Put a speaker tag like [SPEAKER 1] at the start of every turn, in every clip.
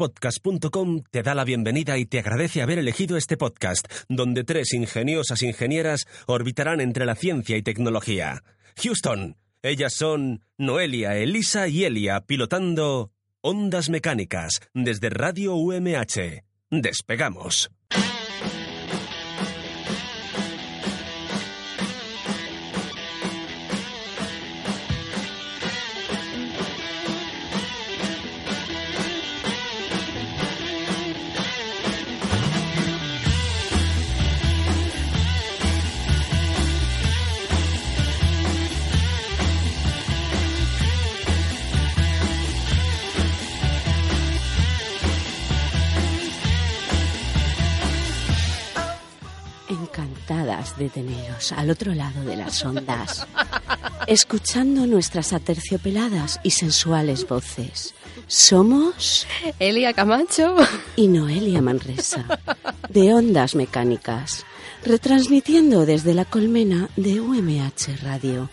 [SPEAKER 1] Naciónpodcast.com te da la bienvenida y te agradece haber elegido este podcast, donde tres ingeniosas ingenieras orbitarán entre la ciencia y tecnología. Houston, ellas son Noelia, Elisa y Elia, pilotando Ondas Mecánicas desde Radio UMH. Despegamos.
[SPEAKER 2] encantadas de teneros al otro lado de las ondas, escuchando nuestras aterciopeladas y sensuales voces. Somos
[SPEAKER 3] Elia Camacho.
[SPEAKER 2] y Noelia Manresa, de Ondas Mecánicas, retransmitiendo desde la colmena de UMH Radio,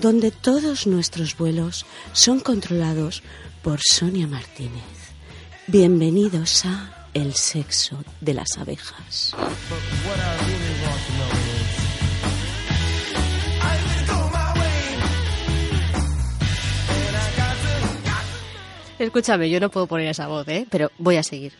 [SPEAKER 2] donde todos nuestros vuelos son controlados por Sonia Martínez. Bienvenidos a El sexo de las abejas.
[SPEAKER 3] Escúchame, yo no puedo poner esa voz, ¿eh? Pero voy a seguir.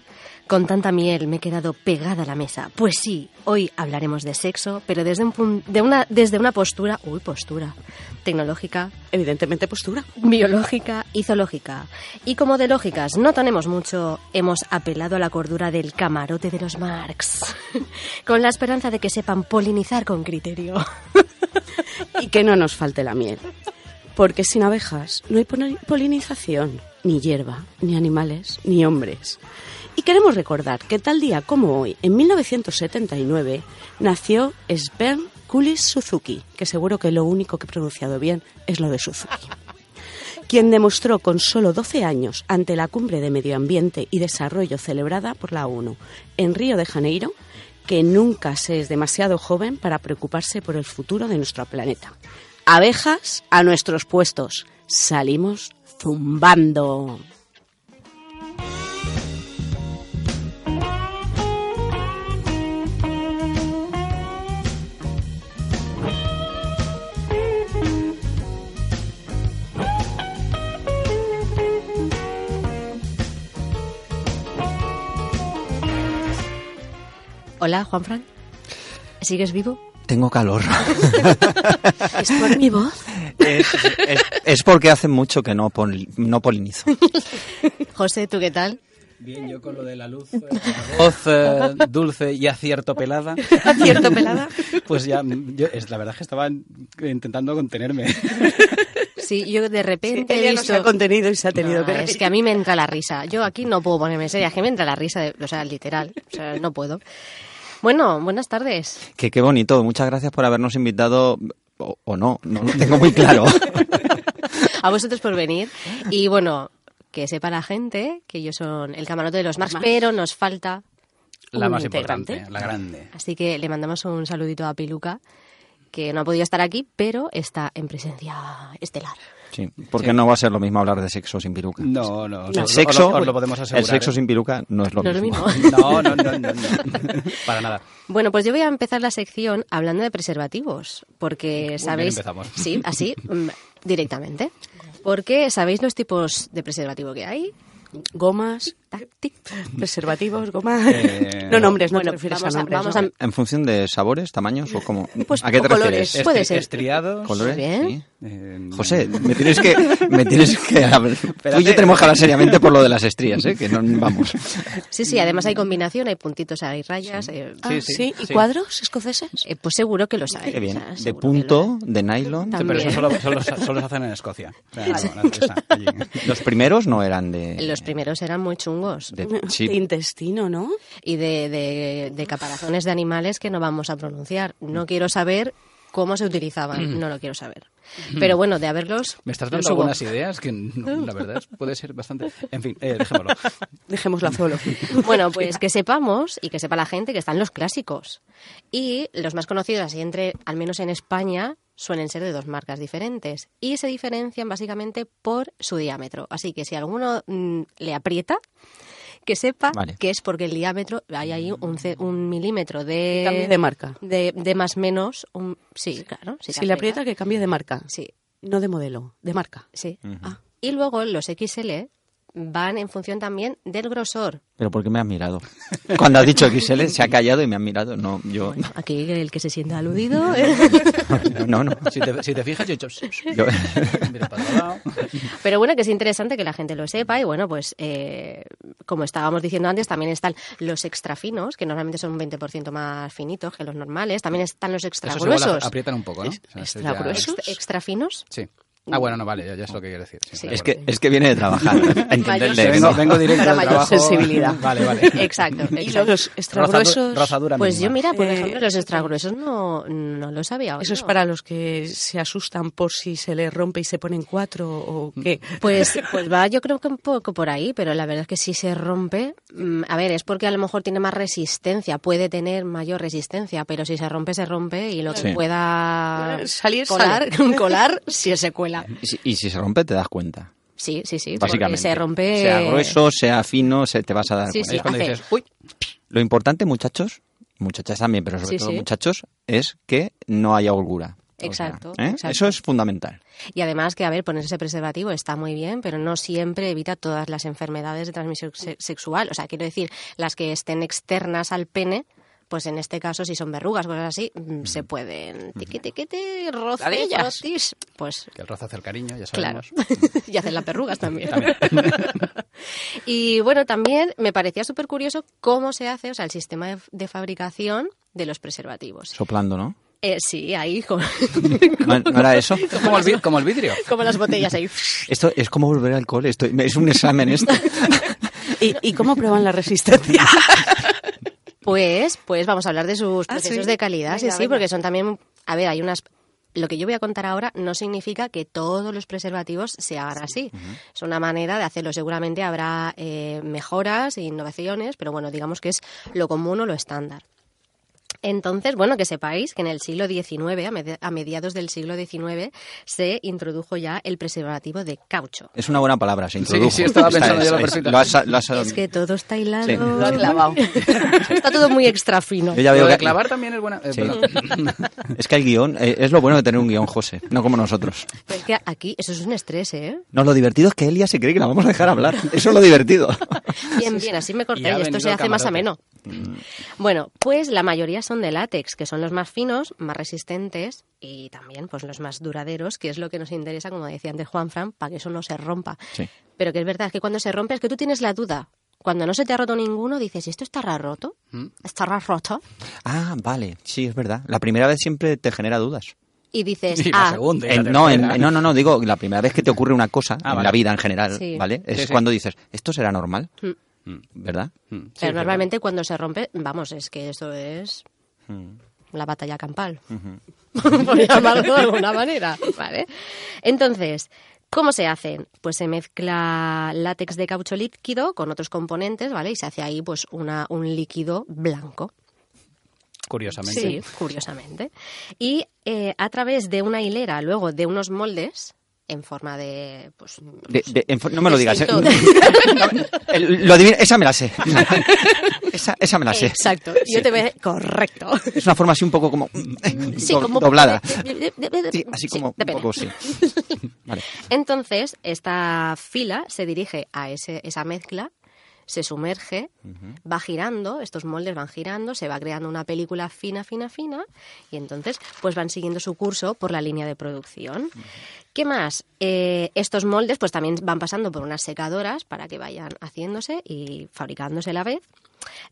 [SPEAKER 3] Con tanta miel me he quedado pegada a la mesa. Pues sí, hoy hablaremos de sexo, pero desde, un pun- de una, desde una postura, uy, postura, tecnológica,
[SPEAKER 2] Evidentemente postura.
[SPEAKER 3] biológica y zoológica. Y como de lógicas no tenemos mucho, hemos apelado a la cordura del camarote de los Marx, con la esperanza de que sepan polinizar con criterio.
[SPEAKER 2] y que no nos falte la miel. Porque sin abejas no hay poli- polinización, ni hierba, ni animales, ni hombres. Y queremos recordar que tal día como hoy, en 1979, nació Sven Kulis Suzuki, que seguro que lo único que he pronunciado bien es lo de Suzuki quien demostró con solo 12 años ante la cumbre de medio ambiente y desarrollo celebrada por la ONU en Río de Janeiro que nunca se es demasiado joven para preocuparse por el futuro de nuestro planeta. Abejas a nuestros puestos. Salimos zumbando.
[SPEAKER 3] Hola, Juanfran. ¿Sigues vivo?
[SPEAKER 4] Tengo calor.
[SPEAKER 2] ¿Es por mi voz?
[SPEAKER 4] es, es- es porque hace mucho que no, pol- no polinizo.
[SPEAKER 3] José, ¿tú qué tal?
[SPEAKER 5] Bien, yo con lo de la luz, eh, la voz eh, dulce y acierto pelada,
[SPEAKER 2] ¿Acierto pelada?
[SPEAKER 5] pues ya, mm, yo, es, la verdad es que estaba intentando contenerme.
[SPEAKER 3] Sí, yo de repente he
[SPEAKER 2] Ella no
[SPEAKER 3] visto...
[SPEAKER 2] se ha contenido y se ha tenido
[SPEAKER 3] No,
[SPEAKER 2] que
[SPEAKER 3] es que a mí me entra la risa. Yo aquí no puedo ponerme seria, es que me entra la risa, de- o sea, literal, o sea, no puedo. Bueno, buenas tardes.
[SPEAKER 4] Que qué bonito. Muchas gracias por habernos invitado. O, o no, no lo tengo muy claro.
[SPEAKER 3] A vosotros por venir. Y bueno, que sepa la gente que yo son el camarote de los Marx, pero nos falta
[SPEAKER 5] La
[SPEAKER 3] un
[SPEAKER 5] más
[SPEAKER 3] integrante.
[SPEAKER 5] importante, la grande.
[SPEAKER 3] Así que le mandamos un saludito a Piluca, que no ha podido estar aquí, pero está en presencia estelar.
[SPEAKER 4] Sí, porque no va a ser lo mismo hablar de sexo sin piruca.
[SPEAKER 5] No, no, os lo-
[SPEAKER 4] El sexo,
[SPEAKER 5] os lo, os lo podemos asegurar.
[SPEAKER 4] el sexo
[SPEAKER 5] ¿eh?
[SPEAKER 4] sin piruca no es lo
[SPEAKER 3] No es lo
[SPEAKER 4] mismo.
[SPEAKER 3] mismo.
[SPEAKER 5] No, no, no, no, no. para nada.
[SPEAKER 3] Bueno, pues yo voy a empezar la sección hablando de preservativos, porque sabéis,
[SPEAKER 5] empezamos.
[SPEAKER 3] sí, así mm, directamente, porque sabéis los tipos de preservativo que hay.
[SPEAKER 2] Gomas, táctil, preservativos, gomas...
[SPEAKER 5] Eh,
[SPEAKER 2] no nombres, no
[SPEAKER 3] bueno,
[SPEAKER 2] te refieres
[SPEAKER 3] vamos
[SPEAKER 2] a
[SPEAKER 3] a-
[SPEAKER 2] nombres.
[SPEAKER 3] vamos
[SPEAKER 2] ¿no?
[SPEAKER 3] a-
[SPEAKER 4] En función de sabores, tamaños o como.
[SPEAKER 3] Pues,
[SPEAKER 4] ¿A qué te
[SPEAKER 3] o colores.
[SPEAKER 4] refieres?
[SPEAKER 3] Puede
[SPEAKER 5] Estri-
[SPEAKER 3] ser.
[SPEAKER 5] Estriados.
[SPEAKER 4] ¿Colores?
[SPEAKER 3] Bien.
[SPEAKER 4] Sí.
[SPEAKER 5] eh,
[SPEAKER 4] José, me tienes que. Me tienes que hablar. Tú y yo tenemos que hablar seriamente por lo de las estrías, ¿eh? Que no vamos.
[SPEAKER 3] Sí, sí, además hay combinación, hay puntitos, hay rayas. eh,
[SPEAKER 2] Ah,
[SPEAKER 5] Sí,
[SPEAKER 2] sí,
[SPEAKER 5] sí,
[SPEAKER 2] ¿Y
[SPEAKER 5] sí.
[SPEAKER 2] cuadros escoceses?
[SPEAKER 3] eh, pues seguro que los hay.
[SPEAKER 4] Qué bien.
[SPEAKER 3] o sea,
[SPEAKER 4] De
[SPEAKER 3] seguro que los
[SPEAKER 4] punto, de nylon.
[SPEAKER 3] También.
[SPEAKER 5] Pero eso solo, solo, solo se hacen en Escocia. O sea, no, no, esa, allí.
[SPEAKER 4] Los primeros no eran de.
[SPEAKER 3] hay. Los primeros eran muy chungos
[SPEAKER 4] Eh, de
[SPEAKER 2] De
[SPEAKER 4] chip.
[SPEAKER 2] intestino, ¿no?
[SPEAKER 3] y de, de- de caparazones de animales que no vamos a pronunciar. No quiero saber cómo se utilizaban, no lo quiero saber. Pero bueno, de haberlos...
[SPEAKER 5] Mm. Me estás
[SPEAKER 3] los
[SPEAKER 5] dando
[SPEAKER 3] hubo.
[SPEAKER 5] algunas ideas que, no, la verdad, es- puede ser bastante... En fin, eh, dejémoslo.
[SPEAKER 2] Dejemos la zoología.
[SPEAKER 3] Bueno, pues que sepamos y que sepa la gente que están los clásicos. Y los más conocidos, así entre, al menos en España, suelen ser de dos marcas diferentes y se diferencian básicamente por su diámetro. Así que si alguno mm, le aprieta, que sepa
[SPEAKER 4] Vale.
[SPEAKER 3] que es porque el diámetro, hay ahí un, ce- un milímetro de,
[SPEAKER 2] Cambie de marca.
[SPEAKER 3] de, de más menos. Un, sí, claro. sí que
[SPEAKER 2] Si le aprieta, que cambie de marca.
[SPEAKER 3] Sí,
[SPEAKER 2] No de modelo, de marca.
[SPEAKER 3] sí. Ah, Y luego los XL van en función también del grosor.
[SPEAKER 4] Pero ¿por qué me has mirado? Cuando has dicho XL se ha callado y me han mirado. No, yo...
[SPEAKER 3] Aquí el que se sienta aludido.
[SPEAKER 4] No, no.
[SPEAKER 5] Si te, si te fijas, yo he hecho...
[SPEAKER 4] Yo-
[SPEAKER 5] Mira para otro lado.
[SPEAKER 3] Pero bueno, que es interesante que la gente lo sepa y bueno, pues eh, como estábamos diciendo antes, también están los extra finos, que normalmente son un 20% más finitos que los normales. También están los extra
[SPEAKER 5] Esos igual
[SPEAKER 3] gruesos.
[SPEAKER 5] ap- aprietan un poco, ¿no? O sea, eso
[SPEAKER 2] extra
[SPEAKER 5] ya-
[SPEAKER 2] gruesos.
[SPEAKER 3] Extra- extra finos.
[SPEAKER 5] Sí. Ah, bueno, no, vale, ya, ya es lo que quiero decir. sí,
[SPEAKER 3] Uh. Sí.
[SPEAKER 5] de
[SPEAKER 4] Es
[SPEAKER 5] acuerdo.
[SPEAKER 4] que, es que viene de trabajar. Entenderle.
[SPEAKER 5] Que vengo, vengo directo
[SPEAKER 2] Para
[SPEAKER 5] del
[SPEAKER 2] mayor
[SPEAKER 5] trabajo.
[SPEAKER 2] sensibilidad.
[SPEAKER 5] Vale, vale.
[SPEAKER 3] Exacto.
[SPEAKER 2] Y
[SPEAKER 3] exacto.
[SPEAKER 2] los extra
[SPEAKER 5] Rozadu-
[SPEAKER 2] gruesos,
[SPEAKER 5] rozadura
[SPEAKER 3] Pues yo,
[SPEAKER 5] mínima.
[SPEAKER 3] mira, por
[SPEAKER 2] Eh,
[SPEAKER 3] ejemplo, los extra gruesos no, no los había oído.
[SPEAKER 2] Eso es para los que se asustan por si se les rompe y se ponen cuatro o
[SPEAKER 5] Mm.
[SPEAKER 2] qué.
[SPEAKER 3] Pues, pues va, yo creo que un poco por ahí, pero la verdad es que si se rompe, mm, a ver, es porque a lo mejor tiene más resistencia, puede tener mayor resistencia, pero si se rompe, se rompe y lo que
[SPEAKER 4] Sí.
[SPEAKER 3] pueda
[SPEAKER 2] Eh, salir,
[SPEAKER 3] colar, colar, si se cuela.
[SPEAKER 4] Y si- Y si se rompe te das cuenta.
[SPEAKER 3] Sí, sí, sí, porque
[SPEAKER 4] Básicamente.
[SPEAKER 3] se rompe.
[SPEAKER 4] Sea grueso, sea fino, se te vas a dar
[SPEAKER 3] Sí,
[SPEAKER 4] cuenta.
[SPEAKER 3] sí.
[SPEAKER 5] Es cuando
[SPEAKER 3] hace-
[SPEAKER 5] dices, uy,
[SPEAKER 4] Lo importante, muchachos, muchachas también, pero sobre
[SPEAKER 3] Sí,
[SPEAKER 4] todo
[SPEAKER 3] sí.
[SPEAKER 4] muchachos, es que no haya holgura. O sea,
[SPEAKER 3] Exacto,
[SPEAKER 4] ¿eh?
[SPEAKER 3] exacto.
[SPEAKER 4] Eso es fundamental.
[SPEAKER 3] Y además que, a ver, ponerse preservativo está muy bien, pero no siempre evita todas las enfermedades de transmisión se- sexual. O sea, quiero decir, las que estén externas al pene, pues en este caso, si son verrugas, cosas así, mm, se pueden tiqui tiquiti, roces, frotis, pues
[SPEAKER 5] que el roce hace el cariño, ya
[SPEAKER 3] claro.
[SPEAKER 5] sabemos.
[SPEAKER 3] y hacen las verrugas también. y bueno, también me parecía súper curioso cómo se hace, o sea, el sistema de, de fabricación de los preservativos.
[SPEAKER 4] Soplando, ¿no?
[SPEAKER 3] Eh, sí, ahí, con-
[SPEAKER 4] ¿No, no era eso?
[SPEAKER 5] Como el, vi- como el vidrio.
[SPEAKER 3] como las botellas ahí.
[SPEAKER 4] Esto es como volver al cole. Esto, es un examen esto.
[SPEAKER 2] ¿Y, y cómo prueban la resistencia?
[SPEAKER 3] Pues, pues vamos a hablar de sus
[SPEAKER 2] Ah,
[SPEAKER 3] procesos
[SPEAKER 2] sí.
[SPEAKER 3] de calidad, sí,
[SPEAKER 2] Venga,
[SPEAKER 3] sí,
[SPEAKER 2] venga.
[SPEAKER 3] porque son también, a ver, hay unas lo que yo voy a contar ahora no significa que todos los preservativos se hagan así. Es una manera de hacerlo. Seguramente habrá eh, mejoras e innovaciones, pero bueno, digamos que es lo común o lo estándar. Entonces, bueno, que sepáis que en el siglo XIX, a medi- a mediados del siglo XIX, se introdujo ya el preservativo de caucho.
[SPEAKER 4] Es una buena palabra, se introdujo.
[SPEAKER 5] sí, estaba
[SPEAKER 4] Está-
[SPEAKER 5] pensando yo
[SPEAKER 4] está-
[SPEAKER 5] la perfecta.
[SPEAKER 4] lo has- lo has-
[SPEAKER 3] Es que todo está hilado.
[SPEAKER 4] Sí. Lo has
[SPEAKER 2] clavado.
[SPEAKER 3] está todo muy extra fino.
[SPEAKER 4] yo ya
[SPEAKER 5] Lo
[SPEAKER 4] veo
[SPEAKER 5] de
[SPEAKER 4] que,
[SPEAKER 5] clavar también es buena. eh,
[SPEAKER 4] Sí.
[SPEAKER 5] perdón.
[SPEAKER 4] es que el guión, eh, es lo bueno de tener un guión, José, no como nosotros.
[SPEAKER 3] Pero es que aquí eso es un estrés, ¿eh?
[SPEAKER 4] No, lo divertido es que Elia se cree que la vamos a dejar hablar. Eso es lo divertido.
[SPEAKER 3] Bien, bien, así me corté
[SPEAKER 5] Y ha
[SPEAKER 3] y esto
[SPEAKER 5] venido
[SPEAKER 3] se
[SPEAKER 5] el
[SPEAKER 3] hace más ameno.
[SPEAKER 5] camarote. Mm.
[SPEAKER 3] Bueno, pues la mayoría son de látex, que son los más finos, más resistentes y también pues los más duraderos, que es lo que nos interesa, como decía antes Juanfran, para que eso no se rompa.
[SPEAKER 4] Sí.
[SPEAKER 3] Pero que es verdad que cuando se rompe es que tú tienes la duda. Cuando no se te ha roto ninguno, dices, ¿esto estará roto?
[SPEAKER 5] Mm.
[SPEAKER 3] ¿Estará roto?
[SPEAKER 4] Ah, vale, sí, es verdad. La primera vez siempre te genera dudas.
[SPEAKER 3] Y dices,
[SPEAKER 5] Y la
[SPEAKER 3] ah,
[SPEAKER 5] segunda. y la
[SPEAKER 4] En- no, en-
[SPEAKER 5] tercera.
[SPEAKER 4] no, no, no, digo, la primera vez que te ocurre una cosa
[SPEAKER 5] Ah,
[SPEAKER 4] en
[SPEAKER 5] vale.
[SPEAKER 4] la vida en general,
[SPEAKER 3] Sí.
[SPEAKER 4] ¿vale? Es
[SPEAKER 5] Sí, sí.
[SPEAKER 4] cuando dices, esto será normal, ¿verdad?
[SPEAKER 5] Mm, sí,
[SPEAKER 3] pero
[SPEAKER 5] es verdad.
[SPEAKER 3] normalmente cuando se rompe, vamos, es que esto es
[SPEAKER 4] Mm.
[SPEAKER 3] la batalla campal, por llamarlo de alguna manera, ¿vale? Entonces, ¿cómo se hacen? Pues se mezcla látex de caucho líquido con otros componentes, ¿vale? Y se hace ahí pues una, un líquido blanco.
[SPEAKER 5] Curiosamente.
[SPEAKER 3] Sí, curiosamente. Y eh, a través de una hilera, luego de unos moldes en forma de... Pues,
[SPEAKER 4] De- de- en fo- no me lo digas, ¿eh?
[SPEAKER 3] Distinto.
[SPEAKER 4] No, el- lo adivina- esa me la sé. Esa, esa me la sé.
[SPEAKER 3] Exacto. Yo te voy a decir- Correcto.
[SPEAKER 4] Es una forma así un poco como,
[SPEAKER 3] Sí,
[SPEAKER 4] do-
[SPEAKER 3] como-
[SPEAKER 4] doblada. Sí,
[SPEAKER 3] Sí,
[SPEAKER 4] así como un
[SPEAKER 3] depende.
[SPEAKER 4] poco sí. Vale.
[SPEAKER 3] Entonces, esta fila se dirige a ese- esa mezcla, se sumerge, va girando, estos moldes van girando, se va creando una película fina, fina, fina, y entonces pues van siguiendo su curso por la línea de producción. ¿Qué más? Eh, estos moldes pues también van pasando por unas secadoras para que vayan haciéndose y fabricándose a la vez.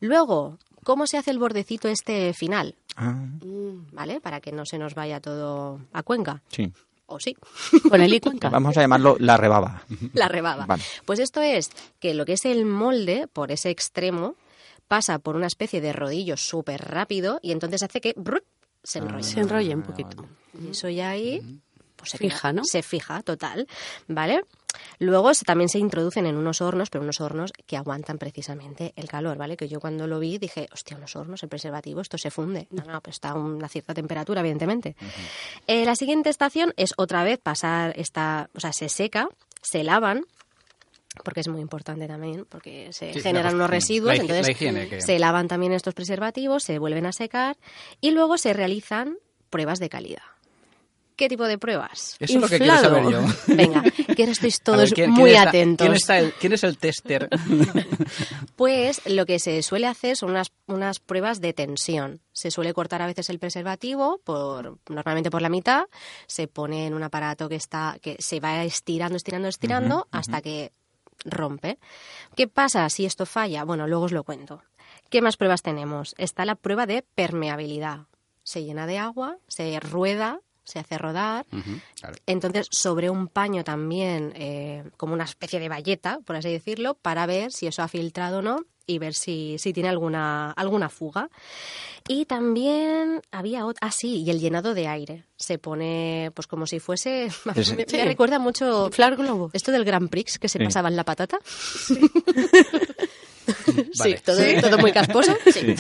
[SPEAKER 3] Luego, ¿cómo se hace el bordecito este final?
[SPEAKER 4] Ah,
[SPEAKER 3] ¿Vale? Para que no se nos vaya todo a Cuenca.
[SPEAKER 4] sí.
[SPEAKER 3] ¿O sí?
[SPEAKER 2] Con el y cuenca.
[SPEAKER 4] Vamos a llamarlo la rebaba.
[SPEAKER 3] la rebaba.
[SPEAKER 4] Vale.
[SPEAKER 3] Pues esto es que lo que es el molde, por ese extremo, pasa por una especie de rodillo súper rápido y entonces hace que brut, se enrolle.
[SPEAKER 2] Se enrolla un poquito.
[SPEAKER 3] Y eso ya ahí, pues pues se
[SPEAKER 2] Fija, ¿no?
[SPEAKER 3] Se fija, total, ¿vale? Luego se- también se introducen en unos hornos, pero unos hornos que aguantan precisamente el calor, ¿vale? Que yo cuando lo vi dije, hostia, unos hornos, el preservativo, esto se funde. No, no, pues está a una cierta temperatura, evidentemente. Eh, la siguiente estación es otra vez pasar esta, o sea, se seca, se lavan, porque es muy importante también, porque se
[SPEAKER 5] Sí, la
[SPEAKER 3] generan
[SPEAKER 5] cuest-
[SPEAKER 3] unos residuos,
[SPEAKER 5] la higi-
[SPEAKER 3] entonces
[SPEAKER 5] la higiene que-
[SPEAKER 3] se lavan también estos preservativos, se vuelven a secar y luego se realizan pruebas de calidad. ¿Qué tipo de pruebas?
[SPEAKER 5] Eso es lo que quiero saber
[SPEAKER 2] Inflado.
[SPEAKER 5] yo.
[SPEAKER 3] Venga, que ahora estáis
[SPEAKER 5] A
[SPEAKER 3] todos
[SPEAKER 5] ver, ¿quién-
[SPEAKER 3] muy
[SPEAKER 5] quién está-
[SPEAKER 3] atentos.
[SPEAKER 5] ¿quién, está el, ¿Quién es el tester?
[SPEAKER 3] Pues lo que se suele hacer son unas, unas pruebas de tensión. Se suele cortar a veces el preservativo, por, normalmente por la mitad, se pone en un aparato que, está, que se va estirando, estirando, estirando hasta que rompe. ¿Qué pasa si esto falla? Bueno, luego os lo cuento. ¿Qué más pruebas tenemos? Está la prueba de permeabilidad. Se llena de agua, se rueda, se hace rodar. Entonces, sobre un paño también, eh, como una especie de valleta, por así decirlo, para ver si eso ha filtrado o no y ver si, si tiene alguna, alguna fuga. Y también había otra, ah sí, y el llenado de aire. Se pone pues como si fuese, me,
[SPEAKER 4] Es-
[SPEAKER 3] me recuerda mucho
[SPEAKER 2] Inflar globos.
[SPEAKER 3] esto del Grand Prix que se
[SPEAKER 4] Sí.
[SPEAKER 3] pasaban la patata.
[SPEAKER 5] Vale.
[SPEAKER 3] Sí, todo, todo muy casposo. Sí.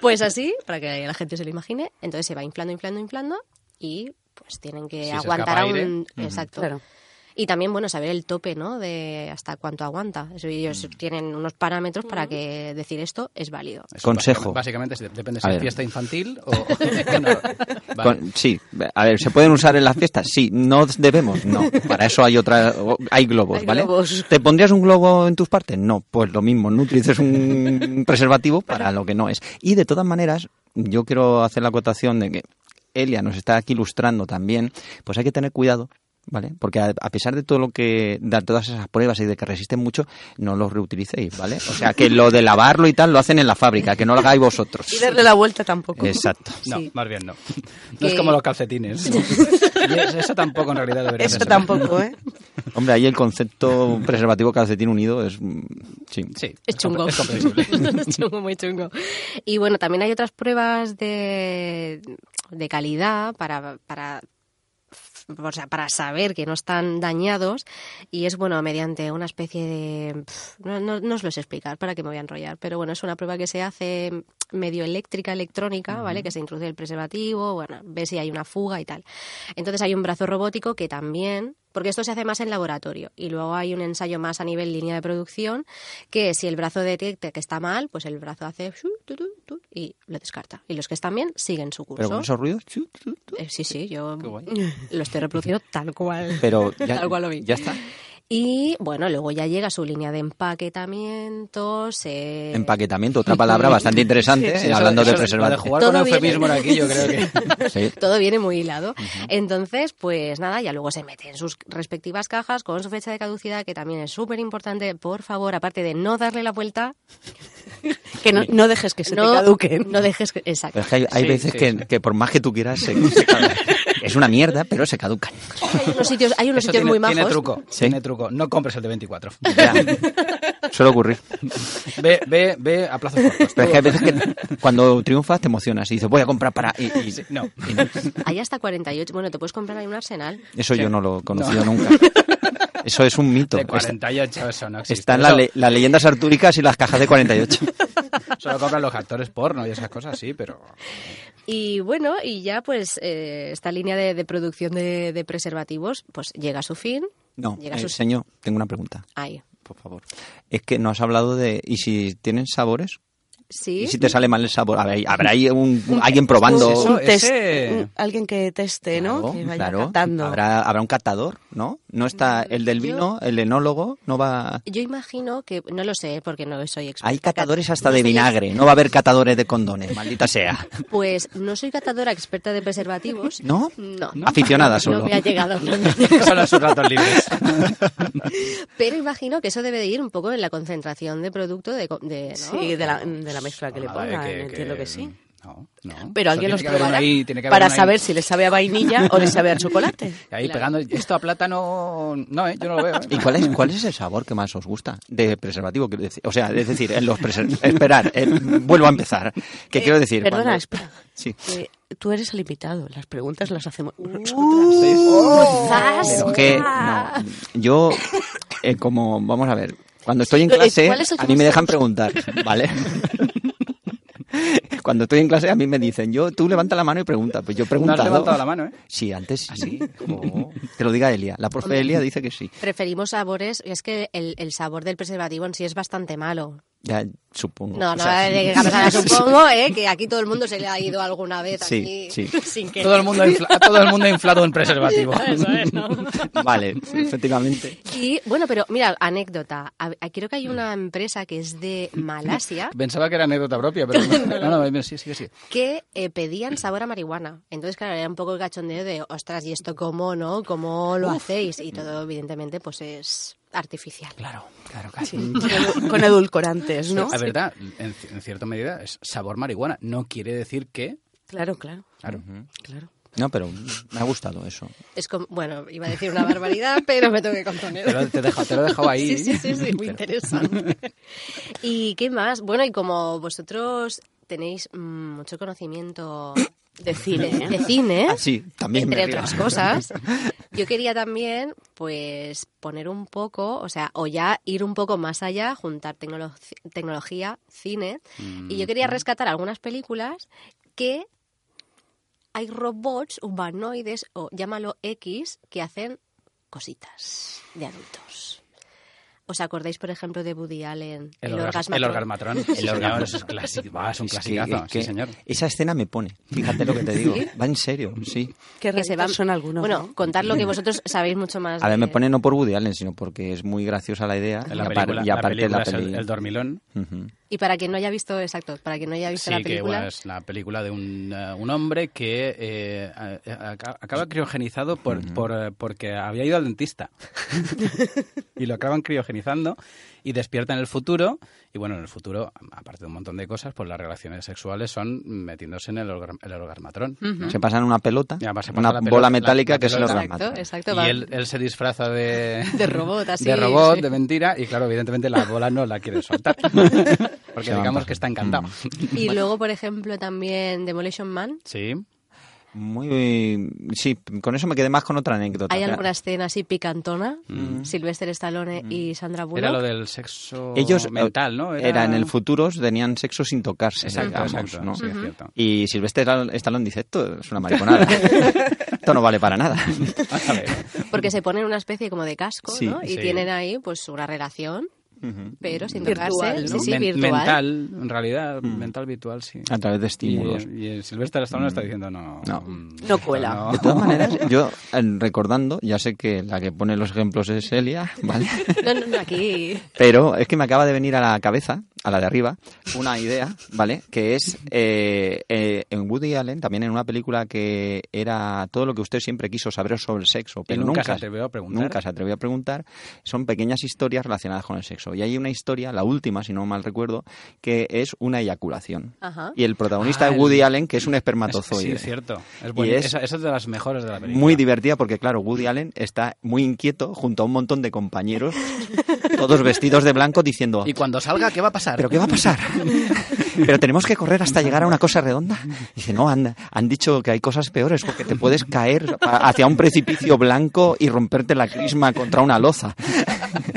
[SPEAKER 3] Pues así, para que la gente se lo imagine. Entonces se va inflando, inflando, inflando y pues tienen que
[SPEAKER 5] Si se
[SPEAKER 3] aguantar
[SPEAKER 5] escapa
[SPEAKER 3] a un...
[SPEAKER 5] aire,
[SPEAKER 3] Exacto.
[SPEAKER 2] Claro.
[SPEAKER 3] Y también, bueno, saber el tope, ¿no? De hasta cuánto aguanta. Eso ellos
[SPEAKER 5] Mm.
[SPEAKER 3] tienen unos parámetros para que decir esto es válido.
[SPEAKER 5] Eso
[SPEAKER 4] Consejo.
[SPEAKER 5] Básicamente, es- depende
[SPEAKER 4] A
[SPEAKER 5] si es
[SPEAKER 4] ver.
[SPEAKER 5] fiesta infantil o... bueno, vale.
[SPEAKER 4] Con- sí, a ver, ¿se pueden usar en las fiestas? Sí, no debemos, no. Para eso hay otra, o- hay globos,
[SPEAKER 2] Hay
[SPEAKER 4] ¿vale?
[SPEAKER 2] globos.
[SPEAKER 4] ¿Te pondrías un globo en tus partes? No, pues lo mismo, no utilices un preservativo para lo que no es. Y de todas maneras, yo quiero hacer la acotación de que Elia nos está aquí ilustrando también, pues hay que tener cuidado. ¿Vale? Porque a, a pesar de todo lo que de todas esas pruebas y de que resisten mucho, no los reutilicéis, ¿vale? O sea, que lo de lavarlo y tal lo hacen en la fábrica, que no lo hagáis vosotros.
[SPEAKER 2] Y darle la vuelta tampoco.
[SPEAKER 5] Eh,
[SPEAKER 4] Exacto.
[SPEAKER 5] No,
[SPEAKER 2] Sí.
[SPEAKER 5] más bien no. No
[SPEAKER 3] Que-
[SPEAKER 5] es como los calcetines. Y es- eso tampoco en realidad debería
[SPEAKER 2] Eso
[SPEAKER 5] ser.
[SPEAKER 2] tampoco, ¿eh?
[SPEAKER 4] Hombre, ahí el concepto preservativo calcetín unido es. mm, Sí.
[SPEAKER 5] Sí.
[SPEAKER 3] Es chungo.
[SPEAKER 5] Es comprensible.
[SPEAKER 3] Es chungo, muy chungo. Y bueno, también hay otras pruebas de, de calidad para, para, o sea, para saber que no están dañados. Y es, bueno, mediante una especie de... pf, No, no, no os lo sé explicar, para que me voy a enrollar. Pero bueno, es una prueba que se hace medio eléctrica, electrónica, ¿vale? Que se introduce el preservativo, bueno, ve si hay una fuga y tal. Entonces hay un brazo robótico que también, porque esto se hace más en laboratorio y luego hay un ensayo más a nivel línea de producción que si el brazo detecta que está mal, pues el brazo hace shu, tu, tu, tu, y lo descarta. Y los que están bien siguen su curso.
[SPEAKER 4] Pero con esos ruidos. chu, chu, chu.
[SPEAKER 3] Eh, sí, sí, yo
[SPEAKER 5] guay.
[SPEAKER 3] lo estoy reproduciendo tal cual.
[SPEAKER 4] Pero ya,
[SPEAKER 3] Tal cual lo vi.
[SPEAKER 4] ya está.
[SPEAKER 5] Eh,
[SPEAKER 3] Y bueno, luego ya llega su línea de eh, empaquetamiento, se...
[SPEAKER 4] Empaquetamiento, otra palabra bastante interesante,
[SPEAKER 5] Sí, eso-
[SPEAKER 4] hablando de
[SPEAKER 5] eso- Lo de
[SPEAKER 4] preservativo.
[SPEAKER 5] jugar
[SPEAKER 3] Todo
[SPEAKER 5] con
[SPEAKER 3] bien.
[SPEAKER 5] eufemismo en aquí, yo creo que...
[SPEAKER 4] Sí.
[SPEAKER 3] todo viene muy hilado. Entonces, pues nada, ya luego se mete en sus respectivas cajas con su fecha de caducidad, que también es súper importante. Por favor, aparte de no darle la vuelta,
[SPEAKER 2] Que no, no dejes que se
[SPEAKER 3] no,
[SPEAKER 2] te caduquen.
[SPEAKER 3] no dejes que... Exacto.
[SPEAKER 4] Pero es que hay, hay
[SPEAKER 5] Sí,
[SPEAKER 4] veces
[SPEAKER 5] sí,
[SPEAKER 4] que,
[SPEAKER 5] sí.
[SPEAKER 4] que por más que tú quieras, se, se caducan. Es una mierda, pero se caducan.
[SPEAKER 3] Hay unos sitios, hay unos
[SPEAKER 5] Eso
[SPEAKER 3] sitios
[SPEAKER 5] tiene,
[SPEAKER 3] muy majos.
[SPEAKER 5] Tiene truco,
[SPEAKER 4] Sí.
[SPEAKER 5] tiene truco. No compres el de 24.
[SPEAKER 4] Ya. Suele ocurrir.
[SPEAKER 5] Ve, ve, ve a plazos cortos.
[SPEAKER 4] Pero es que hay veces que cuando triunfas te emocionas y dices, voy a comprar para. Y, y-
[SPEAKER 5] Sí, no.
[SPEAKER 3] Hay hasta 48. Bueno, te puedes comprar ahí un arsenal.
[SPEAKER 4] Eso yo no lo he conocido
[SPEAKER 5] No.
[SPEAKER 4] nunca. Eso es un mito.
[SPEAKER 5] De 48 eso no existe.
[SPEAKER 4] Están las
[SPEAKER 5] Eso-
[SPEAKER 4] le- las leyendas artúricas y las cajas de 48.
[SPEAKER 5] Solo compran los actores porno y esas cosas, sí, pero...
[SPEAKER 3] Y bueno, y ya pues eh, esta línea de, de producción de, de preservativos pues llega a su fin.
[SPEAKER 4] No,
[SPEAKER 3] Llega
[SPEAKER 4] eh,
[SPEAKER 3] su-
[SPEAKER 4] señor, tengo una pregunta,
[SPEAKER 3] Ay,
[SPEAKER 4] por favor. Es que no has hablado de... ¿Y si tienen sabores?
[SPEAKER 3] sí.
[SPEAKER 4] ¿Y si te sale mal el sabor? A ver, ¿hay- ¿Habrá ahí un, alguien probando?
[SPEAKER 5] Eso,
[SPEAKER 2] Un test-
[SPEAKER 5] ese-
[SPEAKER 2] un- alguien que teste, ¿no? Que vaya catando. Mm,
[SPEAKER 4] Habrá, habrá un catador, ¿no? No está el del vino, el enólogo, no va...
[SPEAKER 3] Yo imagino que, no lo sé, porque no soy experta.
[SPEAKER 4] Hay catadores hasta de
[SPEAKER 3] No soy
[SPEAKER 4] vinagre, no va a haber catadores de condones, maldita sea.
[SPEAKER 3] Pues no soy catadora experta de preservativos.
[SPEAKER 4] ¿No?
[SPEAKER 3] No.
[SPEAKER 4] Aficionada
[SPEAKER 3] No
[SPEAKER 4] solo.
[SPEAKER 3] me ha llegado.
[SPEAKER 5] Solo en sus ratos libres.
[SPEAKER 3] Pero imagino que eso debe de ir un poco en la concentración de producto de... co- de, ¿no?
[SPEAKER 2] Sí, de la, de la mezcla que le
[SPEAKER 5] Nada, eh,
[SPEAKER 2] pongan,
[SPEAKER 5] que- que-
[SPEAKER 2] entiendo que sí.
[SPEAKER 5] No, no.
[SPEAKER 2] Pero
[SPEAKER 5] Eso
[SPEAKER 2] alguien
[SPEAKER 5] tiene
[SPEAKER 2] los
[SPEAKER 5] que haber uno
[SPEAKER 2] probará
[SPEAKER 5] ahí, tiene que haber
[SPEAKER 2] para
[SPEAKER 5] uno ahí.
[SPEAKER 2] saber si le sabe a vainilla o le sabe a chocolate.
[SPEAKER 5] Ahí pegando, esto a plátano, no, ¿eh? yo no lo veo. ¿eh?
[SPEAKER 4] ¿Y cuál es, cuál es el sabor que más os gusta de preservativo? quiero decir? O sea, es decir, en los preser- esperar, eh, vuelvo a empezar. ¿Qué quiero decir?
[SPEAKER 2] Eh, Perdona,
[SPEAKER 4] Cuando-
[SPEAKER 2] espera.
[SPEAKER 4] Sí.
[SPEAKER 2] Eh, tú eres el invitado. Las preguntas las hacemos nosotras.
[SPEAKER 4] Pero que, no, yo, eh, como, vamos a ver, cuando estoy en
[SPEAKER 2] Eh,
[SPEAKER 4] clase,
[SPEAKER 2] ¿cuál es el que
[SPEAKER 4] a mí
[SPEAKER 2] más
[SPEAKER 4] me
[SPEAKER 2] te
[SPEAKER 4] dejan
[SPEAKER 2] gusta?
[SPEAKER 4] preguntar, ¿vale? Cuando estoy en clase a mí me dicen, yo, tú levanta la mano y pregunta. Pues yo he
[SPEAKER 5] No
[SPEAKER 4] preguntado.
[SPEAKER 5] has levantado la mano, ¿eh?
[SPEAKER 4] Sí, antes sí. Que lo diga Elia. La profe Elia dice que sí.
[SPEAKER 3] Preferimos sabores, y es que el, el sabor del preservativo en sí es bastante malo.
[SPEAKER 4] Ya, supongo.
[SPEAKER 3] No,
[SPEAKER 4] O
[SPEAKER 3] no,
[SPEAKER 4] sea,
[SPEAKER 3] de que ahora supongo, ¿eh? que aquí todo el mundo se le ha ido alguna vez
[SPEAKER 4] Sí,
[SPEAKER 3] aquí,
[SPEAKER 4] sí.
[SPEAKER 3] sin que
[SPEAKER 5] Todo el mundo, ha infla- todo el mundo ha inflado un preservativo.
[SPEAKER 4] Vale, efectivamente.
[SPEAKER 3] Y bueno, pero mira, anécdota. A- a- Creo que hay una empresa que es de Malasia
[SPEAKER 5] Pensaba que era anécdota propia, pero no, no, no, sí, sí, sí.
[SPEAKER 3] que eh, pedían sabor a marihuana. Entonces, claro, era un poco el cachondeo de, ostras, ¿y esto cómo, no? ¿Cómo lo hacéis? Y todo, evidentemente, pues es artificial.
[SPEAKER 5] Claro, claro, casi.
[SPEAKER 2] Con edu- Con edulcorantes, ¿no?
[SPEAKER 5] La verdad, en, ci- en cierta medida, es sabor marihuana. No quiere decir que...
[SPEAKER 2] Claro, claro,
[SPEAKER 5] Claro.
[SPEAKER 2] claro.
[SPEAKER 4] No, pero me ha gustado eso.
[SPEAKER 3] Es como, bueno, iba a decir una barbaridad, pero me tengo que contener.
[SPEAKER 5] Te lo, te he dejado- te lo he dejado ahí.
[SPEAKER 3] Sí, sí, sí, sí, muy interesante. ¿Y qué más? Bueno, y como vosotros tenéis mm, mucho conocimiento
[SPEAKER 2] De cine,
[SPEAKER 3] de
[SPEAKER 2] ¿eh?
[SPEAKER 3] cine,
[SPEAKER 4] Ah, sí, también me
[SPEAKER 3] entre
[SPEAKER 4] río.
[SPEAKER 3] otras cosas, yo quería también, pues, poner un poco, o sea, o ya ir un poco más allá, juntar tecnolo- tecnología, cine, y yo quería rescatar algunas películas que hay robots humanoides, o llámalo X, que hacen cositas de adultos. ¿Os acordáis, por ejemplo, de Woody Allen?
[SPEAKER 5] El, orgasmo. El orgasmatrón. El orgasmo es clásico. Va, es un
[SPEAKER 4] Es que-
[SPEAKER 5] clasicazo.
[SPEAKER 4] es que
[SPEAKER 5] Sí, señor.
[SPEAKER 4] Esa escena me pone. Fíjate lo que te digo. Va en serio, sí.
[SPEAKER 2] Qué
[SPEAKER 3] Que se van-
[SPEAKER 2] raritos son algunos.
[SPEAKER 3] Bueno,
[SPEAKER 2] ¿no?
[SPEAKER 3] contar lo que vosotros sabéis mucho más.
[SPEAKER 4] A ver, me
[SPEAKER 3] de-
[SPEAKER 4] pone no por Woody Allen, sino porque es muy graciosa la idea.
[SPEAKER 5] La
[SPEAKER 4] Ah, y, apar-
[SPEAKER 5] película,
[SPEAKER 4] y
[SPEAKER 5] la
[SPEAKER 4] aparte
[SPEAKER 5] película
[SPEAKER 4] la
[SPEAKER 5] es
[SPEAKER 4] peli.
[SPEAKER 5] el, el dormilón.
[SPEAKER 4] Ujú.
[SPEAKER 3] Y para quien no haya visto, exacto, para quien no haya visto
[SPEAKER 5] Sí,
[SPEAKER 3] la
[SPEAKER 5] que
[SPEAKER 3] película.
[SPEAKER 5] bueno, es la película de un, eh, un hombre que eh, a- a- aca- acaba criogenizado por, por, eh, porque había ido al dentista. y lo acaban criogenizando y despierta en el futuro. Y bueno, en el futuro, aparte de un montón de cosas, pues las relaciones sexuales son metiéndose en el, orga- el orgasmatrón.
[SPEAKER 3] Mm,
[SPEAKER 5] ¿no?
[SPEAKER 4] Se pasan una pelota,
[SPEAKER 5] Ya, va, se pasa
[SPEAKER 4] una
[SPEAKER 5] la
[SPEAKER 4] bola
[SPEAKER 5] pelota, la-
[SPEAKER 4] metálica
[SPEAKER 5] la
[SPEAKER 4] que es el
[SPEAKER 5] pelota.
[SPEAKER 4] orgasmatrón.
[SPEAKER 3] Exacto, exacto. va-
[SPEAKER 5] Y él, él se disfraza de...
[SPEAKER 3] De robot, así,
[SPEAKER 5] De robot,
[SPEAKER 3] sí.
[SPEAKER 5] de mentira, y claro, evidentemente la bola no la quiere soltar. Porque
[SPEAKER 4] Se van
[SPEAKER 5] digamos
[SPEAKER 4] pasando.
[SPEAKER 5] que está encantado.
[SPEAKER 4] Mm.
[SPEAKER 3] Y luego, por ejemplo, también Demolition Man.
[SPEAKER 5] Sí.
[SPEAKER 4] Muy, sí, con eso me quedé más con otra anécdota.
[SPEAKER 3] Hay
[SPEAKER 4] Claro.
[SPEAKER 3] alguna escena así picantona.
[SPEAKER 5] mm.
[SPEAKER 3] Sylvester Stallone y Sandra Bullock.
[SPEAKER 5] Era lo del sexo
[SPEAKER 4] Ellos eh,
[SPEAKER 5] mental, ¿no?
[SPEAKER 4] era en el futuro tenían sexo sin tocarse,
[SPEAKER 5] Exacto,
[SPEAKER 4] digamos,
[SPEAKER 5] exacto,
[SPEAKER 4] ¿no?
[SPEAKER 5] sí, es cierto.
[SPEAKER 4] Y Sylvester Stallone dice, esto es una mariconada. esto no vale para nada.
[SPEAKER 5] A ver,
[SPEAKER 3] Porque se ponen una especie como de casco,
[SPEAKER 4] Sí,
[SPEAKER 3] ¿no? Y
[SPEAKER 5] sí. Mm.
[SPEAKER 3] tienen ahí, pues, una relación, pero sin tocarse.
[SPEAKER 2] Virtual, ¿no?
[SPEAKER 3] Sí, sí,
[SPEAKER 5] men-
[SPEAKER 3] virtual.
[SPEAKER 5] Mental, en realidad, mental virtual, sí.
[SPEAKER 4] A través de Mm.
[SPEAKER 5] Y,
[SPEAKER 4] estímulos.
[SPEAKER 5] y el Sylvester Stallone está diciendo no.
[SPEAKER 4] No.
[SPEAKER 5] mm,
[SPEAKER 2] No cuela.
[SPEAKER 5] no.
[SPEAKER 4] De todas maneras, yo eh, recordando, ya sé que la que pone los ejemplos es Elia, ¿vale?
[SPEAKER 3] No, no, no, aquí.
[SPEAKER 4] Pero es que me acaba de venir a la cabeza, a la de arriba, una idea, ¿vale? Que es eh, eh, en Woody Allen, también en una película que era todo lo que usted siempre quiso saber sobre el sexo, pero
[SPEAKER 5] nunca
[SPEAKER 4] nunca,
[SPEAKER 5] se atrevió a preguntar.
[SPEAKER 4] Nunca se atrevió a preguntar. Son pequeñas historias relacionadas con el sexo. Y hay una historia, la última, si no mal recuerdo, que es una eyaculación.
[SPEAKER 3] Ajá.
[SPEAKER 4] Y el protagonista
[SPEAKER 5] Ah,
[SPEAKER 4] es
[SPEAKER 5] el-
[SPEAKER 4] Woody Allen, que es un
[SPEAKER 5] Es-
[SPEAKER 4] espermatozoide.
[SPEAKER 5] sí, es cierto. Es bueno.
[SPEAKER 4] Y es-
[SPEAKER 5] Esa, esa es de las mejores de la película.
[SPEAKER 4] Muy divertida porque, claro, Woody Allen está muy inquieto junto a un montón de compañeros, todos vestidos de blanco, diciendo,
[SPEAKER 5] Y cuando salga, ¿qué va a pasar?
[SPEAKER 4] ¿pero qué va a pasar? ¿Pero tenemos que correr hasta llegar a una cosa redonda? Dice, no, han, han dicho que hay cosas peores porque te puedes caer a- hacia un precipicio blanco y romperte la crisma contra una loza.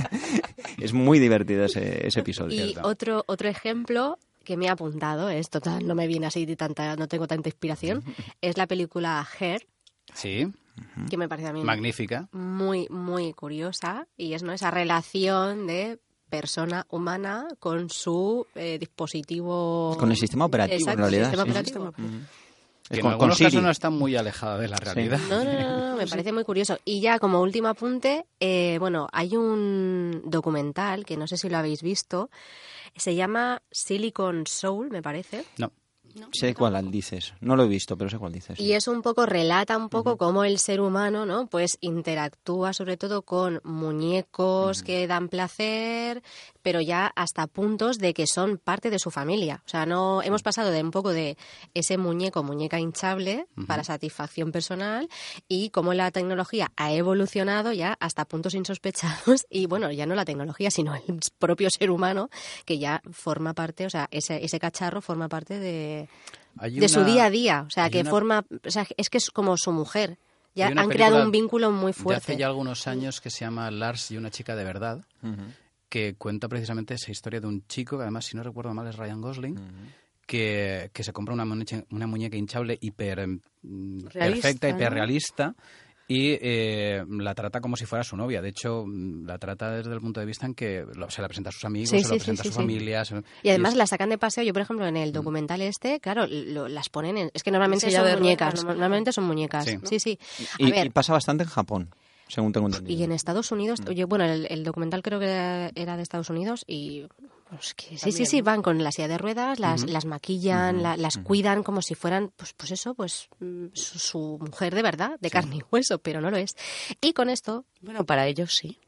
[SPEAKER 4] Es muy divertido ese, ese episodio.
[SPEAKER 3] Y otro, otro ejemplo que me he apuntado, es total, no me viene así de tanta, no tengo tanta inspiración, es la película Her,
[SPEAKER 5] Sí, Mm.
[SPEAKER 3] que me parece a mí
[SPEAKER 5] magnífica.
[SPEAKER 3] muy, muy curiosa y es ¿no? esa relación de persona humana con su eh, dispositivo.
[SPEAKER 4] Con el sistema operativo,
[SPEAKER 3] Exacto,
[SPEAKER 4] en realidad,
[SPEAKER 3] sistema
[SPEAKER 4] sí.
[SPEAKER 3] operativo.
[SPEAKER 4] Es
[SPEAKER 5] Que
[SPEAKER 4] con-
[SPEAKER 5] en
[SPEAKER 4] con
[SPEAKER 5] algunos
[SPEAKER 4] Siri.
[SPEAKER 5] casos no está muy alejada de la realidad.
[SPEAKER 3] No, no, no, no, me parece muy curioso. Y ya como último apunte, eh, bueno, hay un documental que no sé si lo habéis visto, se llama Silicon Soul, me parece.
[SPEAKER 5] No.
[SPEAKER 3] No,
[SPEAKER 4] Sé cuál dices. No lo he visto, pero sé cuál dices.
[SPEAKER 3] Y eso un poco relata un poco cómo el ser humano, ¿no? Pues interactúa sobre todo con muñecos que dan placer, pero ya hasta puntos de que son parte de su familia. O sea, no hemos pasado de un poco de ese muñeco, muñeca hinchable para satisfacción personal y cómo la tecnología ha evolucionado ya hasta puntos insospechados y bueno, ya no la tecnología, sino el propio ser humano que ya forma parte, o sea, ese, ese cacharro forma parte de
[SPEAKER 5] Hay
[SPEAKER 3] de su
[SPEAKER 5] una-
[SPEAKER 3] día a día, o sea,
[SPEAKER 5] hay
[SPEAKER 3] que
[SPEAKER 5] una-
[SPEAKER 3] forma, o sea, es que es como su mujer. Ya
[SPEAKER 5] hay
[SPEAKER 3] han
[SPEAKER 5] una
[SPEAKER 3] creado
[SPEAKER 5] película
[SPEAKER 3] un vínculo muy
[SPEAKER 5] De
[SPEAKER 3] fuerte.
[SPEAKER 5] hace ya algunos años que se llama Lars y una chica de verdad, que cuenta precisamente esa historia de un chico, que además, si no recuerdo mal, es Ryan
[SPEAKER 3] Mm.
[SPEAKER 5] Gosling, que, que se compra una muñeca, una muñeca hinchable hiper mm,
[SPEAKER 2] Realista,
[SPEAKER 5] perfecta,
[SPEAKER 2] ¿no?
[SPEAKER 5] hiperrealista. Y eh, la trata como si fuera su novia. De hecho, mm, la trata desde el punto de vista en que lo- se la presenta a sus amigos,
[SPEAKER 3] Sí, sí,
[SPEAKER 5] se la
[SPEAKER 3] sí,
[SPEAKER 5] presenta
[SPEAKER 3] sí,
[SPEAKER 5] a su
[SPEAKER 3] sí.
[SPEAKER 5] familia. se-
[SPEAKER 3] Y además
[SPEAKER 5] es-
[SPEAKER 3] la sacan de paseo. Yo, por ejemplo, en el
[SPEAKER 5] Mm.
[SPEAKER 3] documental este, claro, lo- las ponen en... Es que normalmente
[SPEAKER 2] Sí, ya
[SPEAKER 3] son
[SPEAKER 2] de
[SPEAKER 3] muñecas.
[SPEAKER 2] ruedas, ¿no?
[SPEAKER 3] Normalmente son muñecas.
[SPEAKER 5] Sí.
[SPEAKER 3] Sí, sí. A
[SPEAKER 4] Y,
[SPEAKER 3] ver,
[SPEAKER 4] y pasa bastante en Japón, según tengo entendido.
[SPEAKER 3] Y en Estados Unidos,
[SPEAKER 5] Mm.
[SPEAKER 3] yo, bueno, el, el documental creo que era, era de Estados Unidos y... pues que sí, sí, sí, van con la silla de ruedas, las, las maquillan, la- las cuidan como si fueran, pues, pues eso, pues mm, su, su mujer de verdad, de carne y hueso, pero no lo es. Y con esto,
[SPEAKER 2] Bueno, para ellos sí.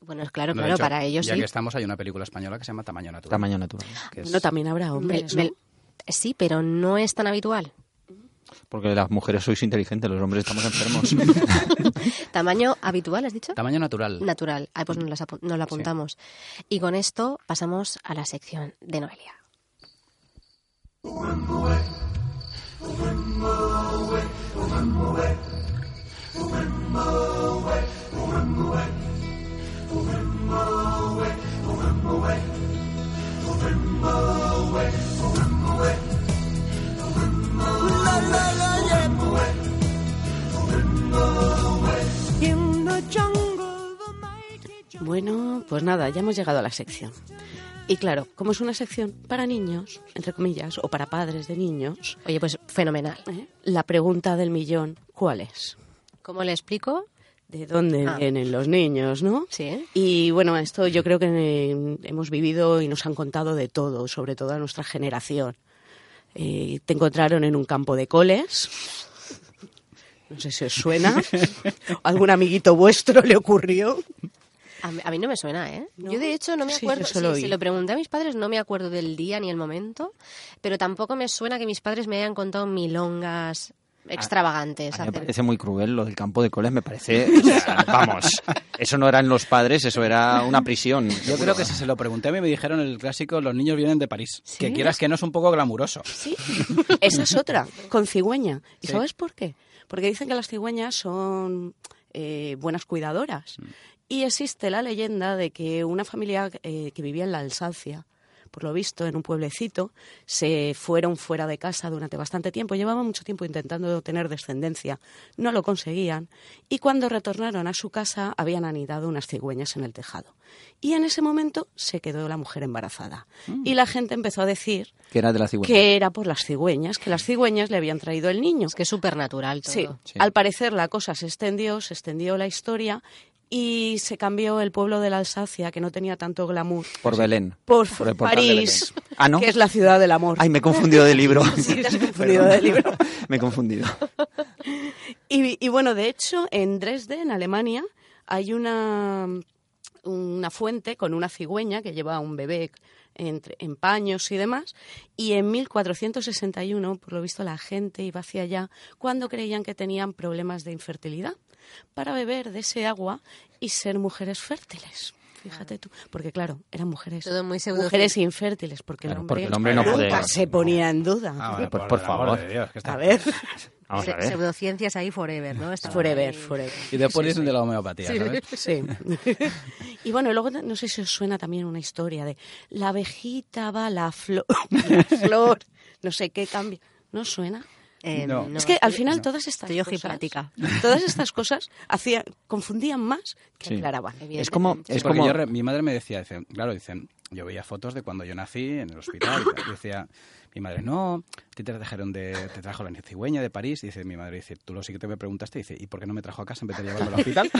[SPEAKER 3] bueno, claro,
[SPEAKER 5] No, de
[SPEAKER 3] claro,
[SPEAKER 5] hecho,
[SPEAKER 3] para ellos
[SPEAKER 5] ya
[SPEAKER 3] sí.
[SPEAKER 5] que estamos, hay una película española que se llama Tamaño Natural.
[SPEAKER 4] Tamaño natural.
[SPEAKER 3] Ah.
[SPEAKER 5] que es-
[SPEAKER 2] Bueno, también habrá
[SPEAKER 3] Me-
[SPEAKER 2] hombres.
[SPEAKER 3] me-
[SPEAKER 2] ¿no?
[SPEAKER 3] sí, pero no es tan habitual.
[SPEAKER 4] Porque las mujeres sois inteligentes, los hombres estamos enfermos.
[SPEAKER 3] Tamaño habitual, ¿has dicho?
[SPEAKER 5] Tamaño natural.
[SPEAKER 3] Natural. Ah, pues nos, las apu- nos lo apuntamos. Y con esto pasamos a la sección de Noelia.
[SPEAKER 2] Bueno, pues nada, ya hemos llegado a la sección. Y claro, como es una sección para niños, entre comillas, o para padres de niños,
[SPEAKER 3] Oye, pues fenomenal.
[SPEAKER 2] ¿eh? la pregunta del millón, ¿cuál es?
[SPEAKER 3] ¿Cómo le explico? ¿Eh?
[SPEAKER 2] ¿De dónde
[SPEAKER 3] Ah.
[SPEAKER 2] vienen los niños, no?
[SPEAKER 3] Sí.
[SPEAKER 2] Y bueno, esto yo creo que eh, hemos vivido y nos han contado de todo, sobre todo a nuestra generación. Eh, te encontraron en un campo de coles. No sé si os suena. ¿Algún amiguito vuestro le ocurrió?
[SPEAKER 3] A mí, a mí no me suena, ¿eh?
[SPEAKER 2] ¿No?
[SPEAKER 3] Yo de hecho no me
[SPEAKER 2] Sí,
[SPEAKER 3] acuerdo.
[SPEAKER 2] yo solo
[SPEAKER 3] sí,
[SPEAKER 2] oí.
[SPEAKER 3] se lo pregunté a mis padres, no me acuerdo del día ni el momento, pero tampoco me suena que mis padres me hayan contado milongas extravagantes.
[SPEAKER 4] A mí me
[SPEAKER 3] acerca-
[SPEAKER 4] parece muy cruel lo del campo de coles, me parece. o sea, vamos, eso no eran los padres, eso era una prisión.
[SPEAKER 5] Yo creo que si se lo pregunté a mí me dijeron el clásico Los niños vienen de París. Que quieras que no es un poco glamuroso.
[SPEAKER 2] Sí, esa es otra, con cigüeña. ¿Y
[SPEAKER 5] Sí.
[SPEAKER 2] sabes por qué? Porque dicen que las cigüeñas son eh, buenas cuidadoras. Y existe la leyenda de que una familia eh, que vivía en la Alsacia, por lo visto, en un pueblecito, se fueron fuera de casa durante bastante tiempo. Llevaban mucho tiempo intentando tener descendencia, no lo conseguían. Y cuando retornaron a su casa, habían anidado unas cigüeñas en el tejado. Y en ese momento se quedó la mujer embarazada. Y la gente empezó a decir
[SPEAKER 4] Que era de la cigüeña.
[SPEAKER 2] que era por las cigüeñas, que las cigüeñas le habían traído el niño.
[SPEAKER 3] Es que es supernatural todo.
[SPEAKER 2] Sí.
[SPEAKER 4] Sí.
[SPEAKER 2] al parecer la cosa se extendió, se extendió la historia y se cambió el pueblo de la Alsacia, que no tenía tanto glamour,
[SPEAKER 4] Por Belén.
[SPEAKER 2] por,
[SPEAKER 4] el portal de
[SPEAKER 2] París,
[SPEAKER 4] Belén. Ah, ¿no?
[SPEAKER 2] que es la ciudad del amor.
[SPEAKER 4] Ay, me he confundido de libro.
[SPEAKER 2] Sí, te has confundido de libro.
[SPEAKER 4] Me he confundido.
[SPEAKER 2] Y, y bueno, de hecho, en Dresde, en Alemania, hay una, una fuente con una cigüeña que lleva a un bebé entre, en paños y demás. Y en 1461, por lo visto, la gente iba hacia allá cuando creían que tenían problemas de infertilidad para beber de ese agua y ser mujeres fértiles. Fíjate tú, porque claro, eran mujeres,
[SPEAKER 3] Todo muy pseudo-
[SPEAKER 2] mujeres infértiles, porque, el
[SPEAKER 4] Claro,
[SPEAKER 2] hombre
[SPEAKER 4] porque el hombre no Ah,
[SPEAKER 2] nunca
[SPEAKER 4] puede-
[SPEAKER 2] se ponía en duda.
[SPEAKER 4] por- por favor.
[SPEAKER 5] Dios, que está-
[SPEAKER 2] A ver,
[SPEAKER 4] Vamos a
[SPEAKER 3] Se-
[SPEAKER 4] ver.
[SPEAKER 3] Pseudociencias ahí forever, ¿no? Está
[SPEAKER 2] forever,
[SPEAKER 3] ahí.
[SPEAKER 2] forever.
[SPEAKER 5] Y después dicen de la homeopatía, ¿sabes?
[SPEAKER 2] Sí. y bueno, luego no sé si os suena también una historia de la abejita va a la flor, la flor, no sé qué cambia. ¿No suena?
[SPEAKER 3] Eh,
[SPEAKER 5] No.
[SPEAKER 3] no.
[SPEAKER 2] es que al final todas estas
[SPEAKER 3] estoy
[SPEAKER 2] cosas,
[SPEAKER 3] ojiplática.
[SPEAKER 2] todas estas cosas hacía, confundían más que
[SPEAKER 4] Sí.
[SPEAKER 2] aclaraban.
[SPEAKER 4] Es como,
[SPEAKER 5] Sí,
[SPEAKER 4] es
[SPEAKER 5] porque
[SPEAKER 4] como
[SPEAKER 5] yo re- mi madre me decía, dice, claro, dicen, yo veía fotos de cuando yo nací en el hospital. y tal, decía mi madre, no, a ti te trajeron de, te trajo la cigüeña de París. Dice mi madre, dice, tú lo sí que te me preguntaste. Dice, ¿y por qué no me trajo a casa en vez de llevarme al hospital?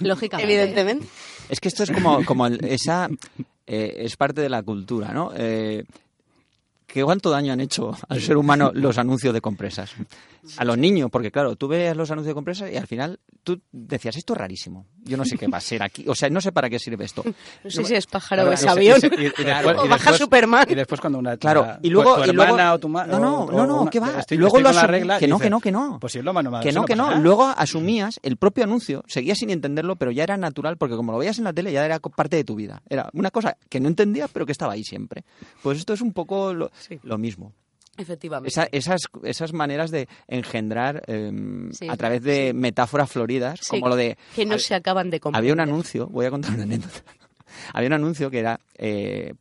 [SPEAKER 3] Lógicamente.
[SPEAKER 2] Evidentemente.
[SPEAKER 4] Es que esto es como, como el- esa. eh, es parte de la cultura, ¿no? Eh, ¿Qué cuánto daño han hecho al ser humano los anuncios de compresas? A los niños, porque claro, tú veías los anuncios de compresas y al final tú decías, esto es rarísimo. Yo no sé qué va a ser aquí. O sea, no sé para qué sirve esto.
[SPEAKER 2] No sé si es pájaro o es avión.
[SPEAKER 5] Y- y después-
[SPEAKER 2] O
[SPEAKER 5] y
[SPEAKER 2] baja
[SPEAKER 5] después-
[SPEAKER 2] Superman.
[SPEAKER 5] Y después cuando una
[SPEAKER 4] Claro,
[SPEAKER 5] chica-
[SPEAKER 4] y luego-
[SPEAKER 5] tu
[SPEAKER 4] y luego-
[SPEAKER 5] hermana o tu ma-
[SPEAKER 4] no,
[SPEAKER 5] o-
[SPEAKER 4] no,
[SPEAKER 5] o
[SPEAKER 4] no, no,
[SPEAKER 5] una-
[SPEAKER 4] ¿qué va?
[SPEAKER 5] estoy-
[SPEAKER 4] Luego
[SPEAKER 5] estoy
[SPEAKER 4] lo
[SPEAKER 5] con la
[SPEAKER 4] asum-
[SPEAKER 5] regla y
[SPEAKER 4] que no,
[SPEAKER 5] dice,
[SPEAKER 4] que no, que no.
[SPEAKER 5] Pues si es lo más normal,
[SPEAKER 4] Que
[SPEAKER 5] eso
[SPEAKER 4] no, que
[SPEAKER 5] pasa
[SPEAKER 4] no.
[SPEAKER 5] nada.
[SPEAKER 4] Luego asumías el propio anuncio, seguías sin entenderlo, pero ya era natural, porque como lo veías en la tele ya era co- parte de tu vida. Era una cosa que no entendías, pero que estaba ahí siempre. Pues esto es un poco lo,
[SPEAKER 2] Sí.
[SPEAKER 4] lo mismo.
[SPEAKER 2] Efectivamente.
[SPEAKER 4] Esa- eh, esas, esas maneras de engendrar em,
[SPEAKER 2] Sí.
[SPEAKER 4] a través de metáforas floridas,
[SPEAKER 2] Sí,
[SPEAKER 4] como lo de...
[SPEAKER 2] Que no
[SPEAKER 4] hab-
[SPEAKER 2] se acaban de comprar.
[SPEAKER 4] había un anuncio, voy a contar una anécdota. había un anuncio que era, eh,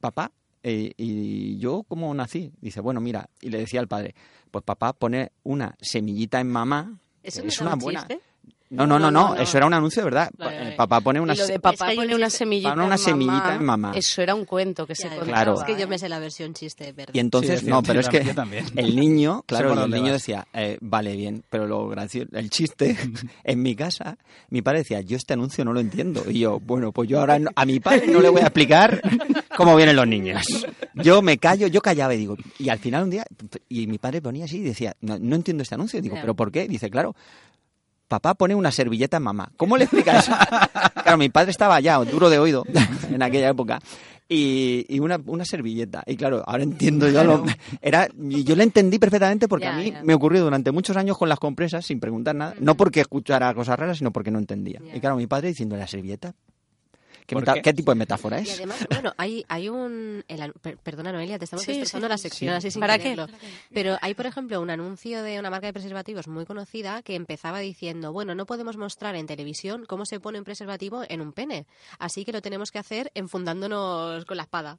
[SPEAKER 4] papá, eh, ¿y yo cómo nací? Dice, bueno, mira, y le decía al padre, pues papá pone una semillita en mamá.
[SPEAKER 3] ¿Eso
[SPEAKER 4] que
[SPEAKER 3] no
[SPEAKER 4] es
[SPEAKER 3] era
[SPEAKER 4] una
[SPEAKER 3] un
[SPEAKER 4] buena...
[SPEAKER 3] chiste?
[SPEAKER 4] No, no, no, no,
[SPEAKER 2] no, no.
[SPEAKER 4] eso era un anuncio de verdad.
[SPEAKER 3] Vale, vale.
[SPEAKER 4] El papá pone una...
[SPEAKER 2] Y lo
[SPEAKER 4] se-
[SPEAKER 2] de papá
[SPEAKER 3] Es que
[SPEAKER 2] pone
[SPEAKER 3] yo
[SPEAKER 2] una
[SPEAKER 3] decía-
[SPEAKER 2] semillita,
[SPEAKER 4] Pone una
[SPEAKER 2] en
[SPEAKER 4] semillita
[SPEAKER 2] mamá.
[SPEAKER 4] en mamá.
[SPEAKER 2] Eso era un cuento que se
[SPEAKER 3] Ya,
[SPEAKER 2] contaba.
[SPEAKER 4] claro.
[SPEAKER 3] Es que yo
[SPEAKER 2] ¿eh?
[SPEAKER 3] me sé la versión chiste, ¿verdad?
[SPEAKER 4] Y entonces,
[SPEAKER 5] Sí,
[SPEAKER 4] no,
[SPEAKER 5] yo
[SPEAKER 4] pero es que
[SPEAKER 5] también, yo también.
[SPEAKER 4] el niño,
[SPEAKER 5] por
[SPEAKER 4] claro, el
[SPEAKER 5] dónde
[SPEAKER 4] niño
[SPEAKER 5] vas.
[SPEAKER 4] decía, eh, vale, bien, pero lo gracioso, el chiste, en mi casa, mi padre decía, yo este anuncio no lo entiendo. Y yo, bueno, pues yo ahora no- a mi padre no le voy a explicar cómo vienen los niños. Yo me callo, yo callaba y digo, y al final un día, y mi padre ponía así y decía, no, no entiendo este anuncio. Y digo,
[SPEAKER 3] Ya.
[SPEAKER 4] ¿pero por qué? Dice, claro. Papá pone una servilleta en mamá. ¿Cómo le explicas eso? Claro, mi padre estaba ya duro de oído en aquella época. Y, y una, una servilleta. Y claro, ahora entiendo yo lo- era y Yo la entendí perfectamente porque
[SPEAKER 3] Ya,
[SPEAKER 4] a mí
[SPEAKER 3] ya. Mm.
[SPEAKER 4] me ocurrió durante muchos años con las compresas sin preguntar nada. No porque escuchara cosas raras, sino porque no entendía.
[SPEAKER 3] Ya.
[SPEAKER 4] Y claro, mi padre diciendo la servilleta. ¿Qué,
[SPEAKER 5] ¿Por
[SPEAKER 4] meta-
[SPEAKER 5] qué?
[SPEAKER 4] qué tipo de metáfora
[SPEAKER 3] Y
[SPEAKER 4] es?
[SPEAKER 3] además, bueno, hay, hay un... el anu- per- perdona, Noelia, te estamos
[SPEAKER 2] Sí,
[SPEAKER 3] destrozando
[SPEAKER 2] sí.
[SPEAKER 3] la sección
[SPEAKER 4] Sí.
[SPEAKER 3] así sin
[SPEAKER 2] ¿Para qué?
[SPEAKER 3] quererlo. Pero hay, por ejemplo, un anuncio de una marca de preservativos muy conocida que empezaba diciendo, bueno, no podemos mostrar en televisión cómo se pone un preservativo en un pene, así que lo tenemos que hacer enfundándonos con la espada.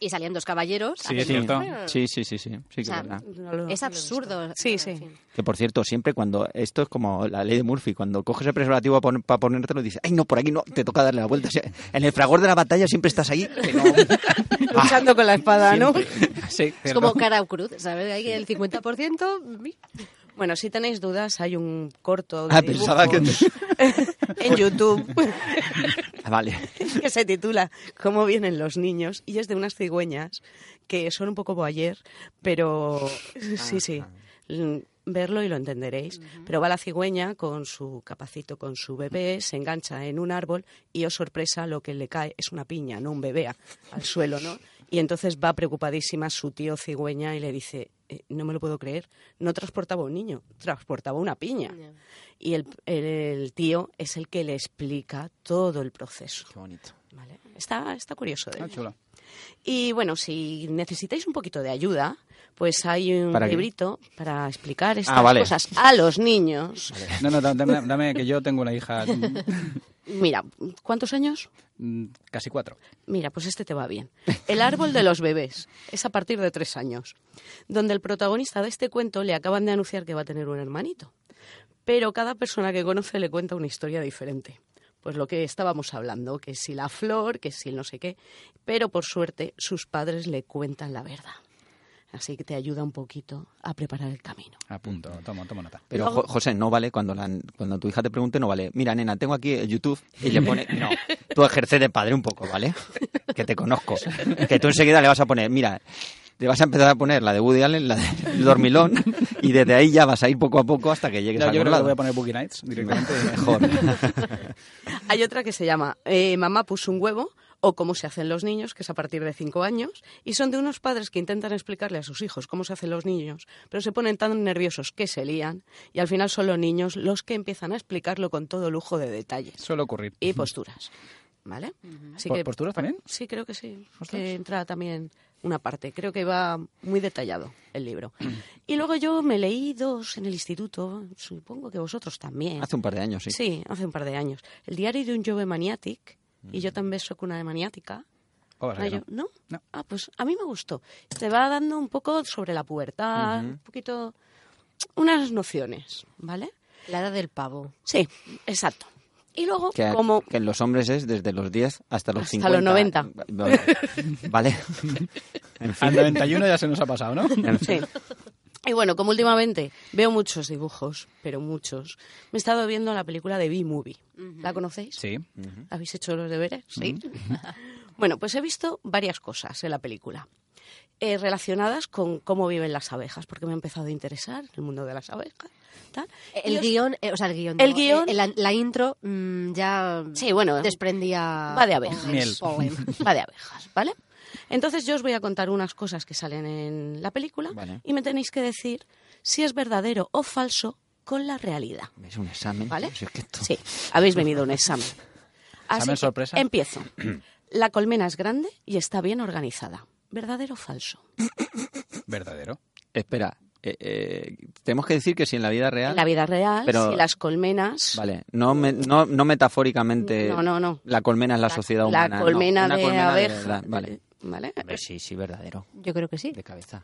[SPEAKER 3] Y salían dos caballeros.
[SPEAKER 5] Sí, es
[SPEAKER 3] haciendo-
[SPEAKER 5] cierto.
[SPEAKER 4] Sí, sí, sí, sí. Sí que
[SPEAKER 3] O sea,
[SPEAKER 4] es verdad.
[SPEAKER 2] No lo-
[SPEAKER 3] Es
[SPEAKER 2] no lo he visto.
[SPEAKER 3] absurdo.
[SPEAKER 2] Sí,
[SPEAKER 3] Bueno, en
[SPEAKER 2] sí.
[SPEAKER 3] fin.
[SPEAKER 4] Que por cierto, siempre cuando. Esto es como la ley de Murphy. Cuando coges el preservativo para ponértelo ponértelo, dices, ay, no, por aquí no, te toca darle la vuelta. O sea, en el fragor de la batalla siempre estás ahí. que no-
[SPEAKER 2] Luchando con la espada, ¿no?
[SPEAKER 5] Sí,
[SPEAKER 3] Es
[SPEAKER 5] cierto.
[SPEAKER 3] como cara o cruz, ¿sabes? Hay el 50%. mi.
[SPEAKER 2] Bueno, si tenéis dudas, hay un corto de
[SPEAKER 4] Ah, pensaba que.
[SPEAKER 2] dibujos en YouTube
[SPEAKER 4] Ah, Vale.
[SPEAKER 2] que se titula ¿Cómo vienen los niños? Y es de unas cigüeñas que son un poco boyer, pero sí, sí. L- Verlo y lo entenderéis. Pero va la cigüeña con su capacito, con su bebé, se engancha en un árbol y, oh sorpresa, lo que le cae es una piña, no un bebé, a- al suelo, ¿no? Y entonces va preocupadísima su tío cigüeña y le dice, "Eh, no me lo puedo creer, no transportaba un niño, transportaba una piña. Y el- el- el tío es el que le explica todo el proceso.
[SPEAKER 4] Qué bonito.
[SPEAKER 2] Vale. Está, está curioso. ¿eh?
[SPEAKER 5] Ah, chulo.
[SPEAKER 2] Y bueno, si necesitáis un poquito de ayuda, pues hay un
[SPEAKER 4] ¿Para qué?
[SPEAKER 2] librito para explicar estas
[SPEAKER 4] Ah, vale.
[SPEAKER 2] cosas a los niños.
[SPEAKER 5] No, no, da- dame, dame que yo tengo una hija
[SPEAKER 2] Mira, ¿cuántos años?
[SPEAKER 5] mm, casi cuatro.
[SPEAKER 2] Mira, pues este te va bien. El árbol de los bebés es a partir de tres años, donde el protagonista de este cuento le acaban de anunciar que va a tener un hermanito. Pero cada persona que conoce le cuenta una historia diferente. Pues lo que estábamos hablando, que si la flor, que si el no sé qué. Pero por suerte sus padres le cuentan la verdad. Así que te ayuda un poquito a preparar el camino.
[SPEAKER 5] A punto, tomo, tomo nota.
[SPEAKER 4] Pero Jo- José, no vale cuando, la- cuando tu hija te pregunte, no vale. Mira, nena, tengo aquí el YouTube y le pone, no, tú ejerces de padre un poco, ¿vale? Que te conozco. Que tú enseguida le vas a poner, mira, te vas a empezar a poner la de Woody Allen, la de Dormilón, y desde ahí ya vas a ir poco a poco hasta que llegues
[SPEAKER 5] No,
[SPEAKER 4] a algún
[SPEAKER 5] yo creo que
[SPEAKER 4] lado.
[SPEAKER 5] voy a poner Boogie Nights directamente.
[SPEAKER 4] Mejor.
[SPEAKER 2] Hay otra que se llama eh, Mamá puso un huevo o cómo se hacen los niños, que es a partir de cinco años, y son de unos padres que intentan explicarle a sus hijos cómo se hacen los niños, pero se ponen tan nerviosos que se lían, y al final son los niños los que empiezan a explicarlo con todo lujo de detalles
[SPEAKER 5] Suele ocurrir.
[SPEAKER 2] y pues, posturas, ¿vale? Así
[SPEAKER 5] ¿Por- ¿Posturas también?
[SPEAKER 2] Sí, creo que sí.
[SPEAKER 5] Ostras.
[SPEAKER 2] Que entra también una parte. Creo que va muy detallado el libro. Y luego yo me leí dos en el instituto, supongo que vosotros también.
[SPEAKER 4] Hace un par de años, sí.
[SPEAKER 2] hace un par de años. El diario de un jove maniàtic, y yo también soy una maniática.
[SPEAKER 5] O vas a
[SPEAKER 2] Ah,
[SPEAKER 5] Mm. que
[SPEAKER 2] yo- ¿no?
[SPEAKER 5] No.
[SPEAKER 2] Ah, pues a mí me gustó. Te va dando un poco sobre la pubertad, un poquito unas nociones, ¿vale?
[SPEAKER 3] La edad del pavo.
[SPEAKER 2] Sí, exacto. Y luego,
[SPEAKER 4] Que,
[SPEAKER 2] como...
[SPEAKER 4] que en los hombres es desde los 10 hasta los
[SPEAKER 2] Hasta
[SPEAKER 4] 50.
[SPEAKER 2] los 90.
[SPEAKER 4] Vale. Vale. En
[SPEAKER 5] Al
[SPEAKER 4] fin.
[SPEAKER 5] 91 ya se nos ha pasado, ¿no?
[SPEAKER 2] Sí. Y bueno, como últimamente veo muchos dibujos, pero muchos, me he estado viendo la película de B-Movie. ¿La conocéis?
[SPEAKER 5] Sí. Mm.
[SPEAKER 2] ¿Habéis hecho los deberes? Sí. bueno, pues he visto varias cosas en la película. eh, relacionadas con cómo viven las abejas, porque me ha empezado a interesar el mundo de las abejas. tal.
[SPEAKER 3] El
[SPEAKER 2] Y os-
[SPEAKER 3] guión, eh, o sea, el guión.
[SPEAKER 2] El
[SPEAKER 3] no,
[SPEAKER 2] guión-
[SPEAKER 3] eh, la, la intro mm, ya
[SPEAKER 2] Sí, bueno,
[SPEAKER 3] desprendía.
[SPEAKER 2] va de abejas.
[SPEAKER 5] Miel.
[SPEAKER 3] polen.
[SPEAKER 2] Va de abejas, ¿vale? Entonces yo os voy a contar unas cosas que salen en la película
[SPEAKER 4] Vale.
[SPEAKER 2] y me tenéis que decir si es verdadero o falso con la realidad.
[SPEAKER 4] Es un examen.
[SPEAKER 2] ¿Vale?
[SPEAKER 4] Si es que esto-
[SPEAKER 2] Sí, habéis venido a un examen.
[SPEAKER 5] ¿Examen
[SPEAKER 2] que
[SPEAKER 5] sorpresa?
[SPEAKER 2] Empiezo. La colmena es grande y está bien organizada. ¿Verdadero o falso?
[SPEAKER 5] Verdadero.
[SPEAKER 4] Espera, eh, eh, tenemos que decir que si en la vida real...
[SPEAKER 2] En la vida real,
[SPEAKER 4] Pero-
[SPEAKER 2] si las colmenas...
[SPEAKER 4] Vale, no, me- no, no metafóricamente...
[SPEAKER 2] No, no, no.
[SPEAKER 4] La colmena es la, sociedad humana.
[SPEAKER 2] La
[SPEAKER 4] no,
[SPEAKER 2] colmena
[SPEAKER 4] una
[SPEAKER 2] de
[SPEAKER 4] colmena
[SPEAKER 2] abeja.
[SPEAKER 4] verdad, vale.
[SPEAKER 2] ¿Vale?
[SPEAKER 4] Sí, sí, verdadero.
[SPEAKER 3] Yo creo que sí.
[SPEAKER 4] De cabeza.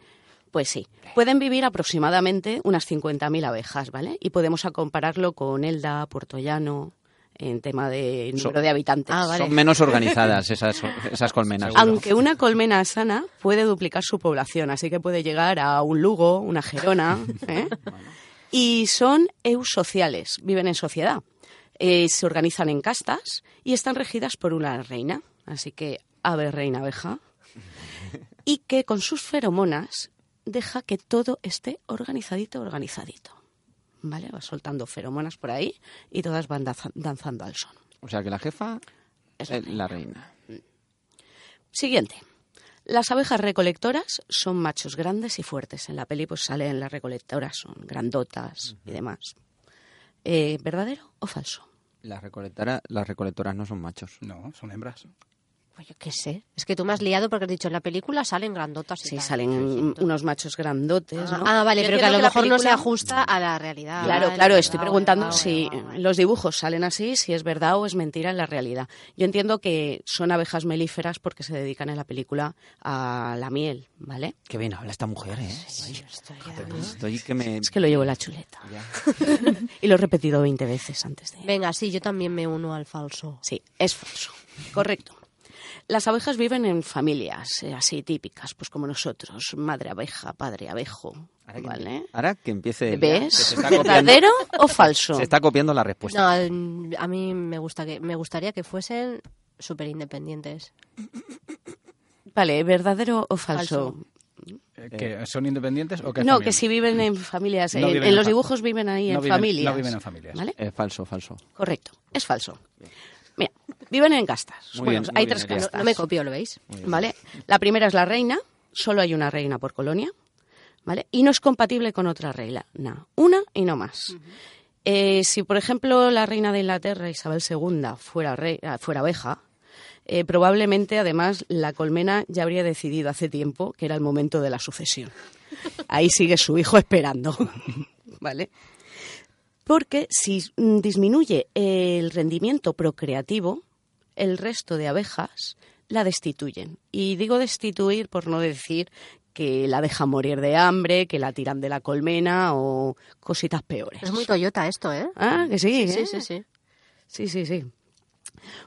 [SPEAKER 2] Pues sí. Pueden vivir aproximadamente unas 50.000 abejas, ¿vale? Y podemos a compararlo con Elda, Puertollano, en tema de número
[SPEAKER 4] Son-
[SPEAKER 2] de habitantes.
[SPEAKER 3] Ah, vale.
[SPEAKER 4] Son menos organizadas esas, esas colmenas.
[SPEAKER 2] Aunque una colmena sana puede duplicar su población, así que puede llegar a un Lugo, una Gerona. ¿eh? Y son eusociales, viven en sociedad, eh, se organizan en castas y están regidas por una reina, así que ave reina abeja, y que con sus feromonas deja que todo esté organizadito, organizadito. ¿Vale? Va soltando feromonas por ahí y todas van danza- danzando al son.
[SPEAKER 4] O sea que la jefa
[SPEAKER 2] Es
[SPEAKER 4] es
[SPEAKER 2] la
[SPEAKER 4] la reina.
[SPEAKER 2] Siguiente. Las abejas recolectoras son machos grandes y fuertes. En la peli pues salen las recolectoras, son grandotas y demás. Eh, ¿Verdadero o falso?
[SPEAKER 4] Las, recolectora- las recolectoras no son machos.
[SPEAKER 5] No, son hembras.
[SPEAKER 3] Pues yo qué sé. Es que tú me has liado porque has dicho en la película salen grandotas. y
[SPEAKER 2] Sí,
[SPEAKER 3] tal.
[SPEAKER 2] salen unos machos grandotes,
[SPEAKER 3] Ah,
[SPEAKER 2] ¿no?
[SPEAKER 3] ah, vale,
[SPEAKER 2] Yo
[SPEAKER 3] pero que
[SPEAKER 2] entiendo
[SPEAKER 3] a lo
[SPEAKER 2] la
[SPEAKER 3] mejor no se
[SPEAKER 2] película- Ah,
[SPEAKER 3] ajusta a la realidad.
[SPEAKER 2] Claro,
[SPEAKER 3] Vale,
[SPEAKER 2] claro, estoy
[SPEAKER 3] vale,
[SPEAKER 2] preguntando
[SPEAKER 3] vale,
[SPEAKER 2] si
[SPEAKER 3] vale, vale.
[SPEAKER 2] los dibujos salen así, si es verdad o es mentira en la realidad. Yo entiendo que son abejas melíferas porque se dedican en la película a la miel, ¿vale?
[SPEAKER 4] Qué bien habla esta mujer, ¿eh?
[SPEAKER 3] Sí, estoy ya, ¿no?
[SPEAKER 4] Estoy que me...
[SPEAKER 2] Es que lo llevo en la chuleta. y lo he repetido 20 veces antes de...
[SPEAKER 3] Venga, sí, yo también me uno al falso.
[SPEAKER 2] Sí, es falso. Correcto. Las abejas viven en familias eh, así típicas, pues como nosotros, madre abeja, padre abejo,
[SPEAKER 4] que-
[SPEAKER 2] ¿vale?
[SPEAKER 4] Ahora que empiece...
[SPEAKER 2] ¿Ves?
[SPEAKER 4] está copiando.
[SPEAKER 2] ¿Verdadero o falso?
[SPEAKER 4] Se está copiando la respuesta.
[SPEAKER 3] No, el- a mí me gusta que me gustaría que fuesen súper independientes.
[SPEAKER 2] Vale, ¿verdadero o falso?
[SPEAKER 3] Falso.
[SPEAKER 5] Eh, ¿Que son independientes o que
[SPEAKER 2] No,
[SPEAKER 5] familia?
[SPEAKER 2] que si viven en familias,
[SPEAKER 5] No
[SPEAKER 2] en,
[SPEAKER 5] viven
[SPEAKER 2] en
[SPEAKER 5] en
[SPEAKER 2] los
[SPEAKER 5] fa-
[SPEAKER 2] dibujos viven ahí
[SPEAKER 5] No
[SPEAKER 2] en
[SPEAKER 5] viven- no
[SPEAKER 2] familias.
[SPEAKER 5] viven en familias.
[SPEAKER 2] ¿Vale?
[SPEAKER 4] Es falso, falso.
[SPEAKER 2] Correcto, es falso. Mira, viven en castas.
[SPEAKER 4] Muy
[SPEAKER 2] Bueno,
[SPEAKER 4] bien, muy
[SPEAKER 2] hay
[SPEAKER 4] bien,
[SPEAKER 2] tres
[SPEAKER 4] Nerea.
[SPEAKER 3] No,
[SPEAKER 2] castas.
[SPEAKER 3] no me copio, ¿lo veis?
[SPEAKER 2] ¿Vale? La primera es la reina, solo hay una reina por colonia, ¿vale? Y no es compatible con otra reina, na, una y no más. Eh, si, por ejemplo, la reina de Inglaterra, Isabel II, fuera, rei- ah, fuera abeja, eh, probablemente, además, la colmena ya habría decidido hace tiempo que era el momento de la sucesión. Ahí sigue su hijo esperando, ¿vale? Porque si mm, disminuye el rendimiento procreativo, el resto de abejas la destituyen. Y digo destituir por no decir que la dejan morir de hambre, que la tiran de la colmena o cositas peores.
[SPEAKER 3] Es muy Toyota esto, ¿eh?
[SPEAKER 2] Ah, que sí,
[SPEAKER 3] Sí,
[SPEAKER 2] ¿eh?
[SPEAKER 3] sí, sí.
[SPEAKER 2] Sí, sí, sí.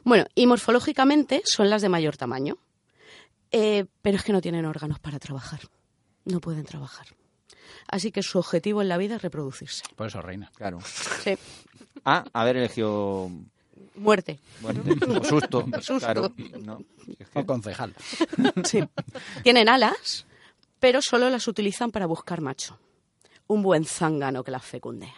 [SPEAKER 2] Bueno, y morfológicamente son las de mayor tamaño, Eh, pero es que no tienen órganos para trabajar. No pueden trabajar. Así que su objetivo en la vida es reproducirse.
[SPEAKER 5] Por eso reina.
[SPEAKER 4] Claro.
[SPEAKER 2] Sí.
[SPEAKER 4] Ah, haber elegido...
[SPEAKER 2] Muerte.
[SPEAKER 4] muerte. O susto.
[SPEAKER 2] Susto.
[SPEAKER 4] Claro. No. Si es que-
[SPEAKER 5] O concejal.
[SPEAKER 2] Sí. Tienen alas, pero solo las utilizan para buscar macho. Un buen zángano que las fecunde.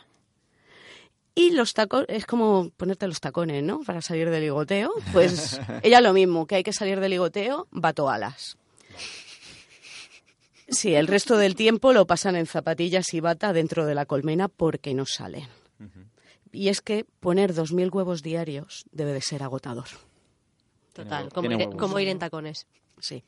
[SPEAKER 2] Y los tacones, es como ponerte los tacones, ¿no? Para salir del ligoteo. Pues ella lo mismo, que hay que salir del ligoteo, bato alas. Sí, el resto del tiempo lo pasan en zapatillas y bata dentro de la colmena porque no salen. Y es que poner 2.000 huevos diarios debe de ser agotador.
[SPEAKER 3] Total,
[SPEAKER 4] Tiene
[SPEAKER 3] como ir,
[SPEAKER 4] huevos.
[SPEAKER 3] como ir en tacones.
[SPEAKER 2] Sí.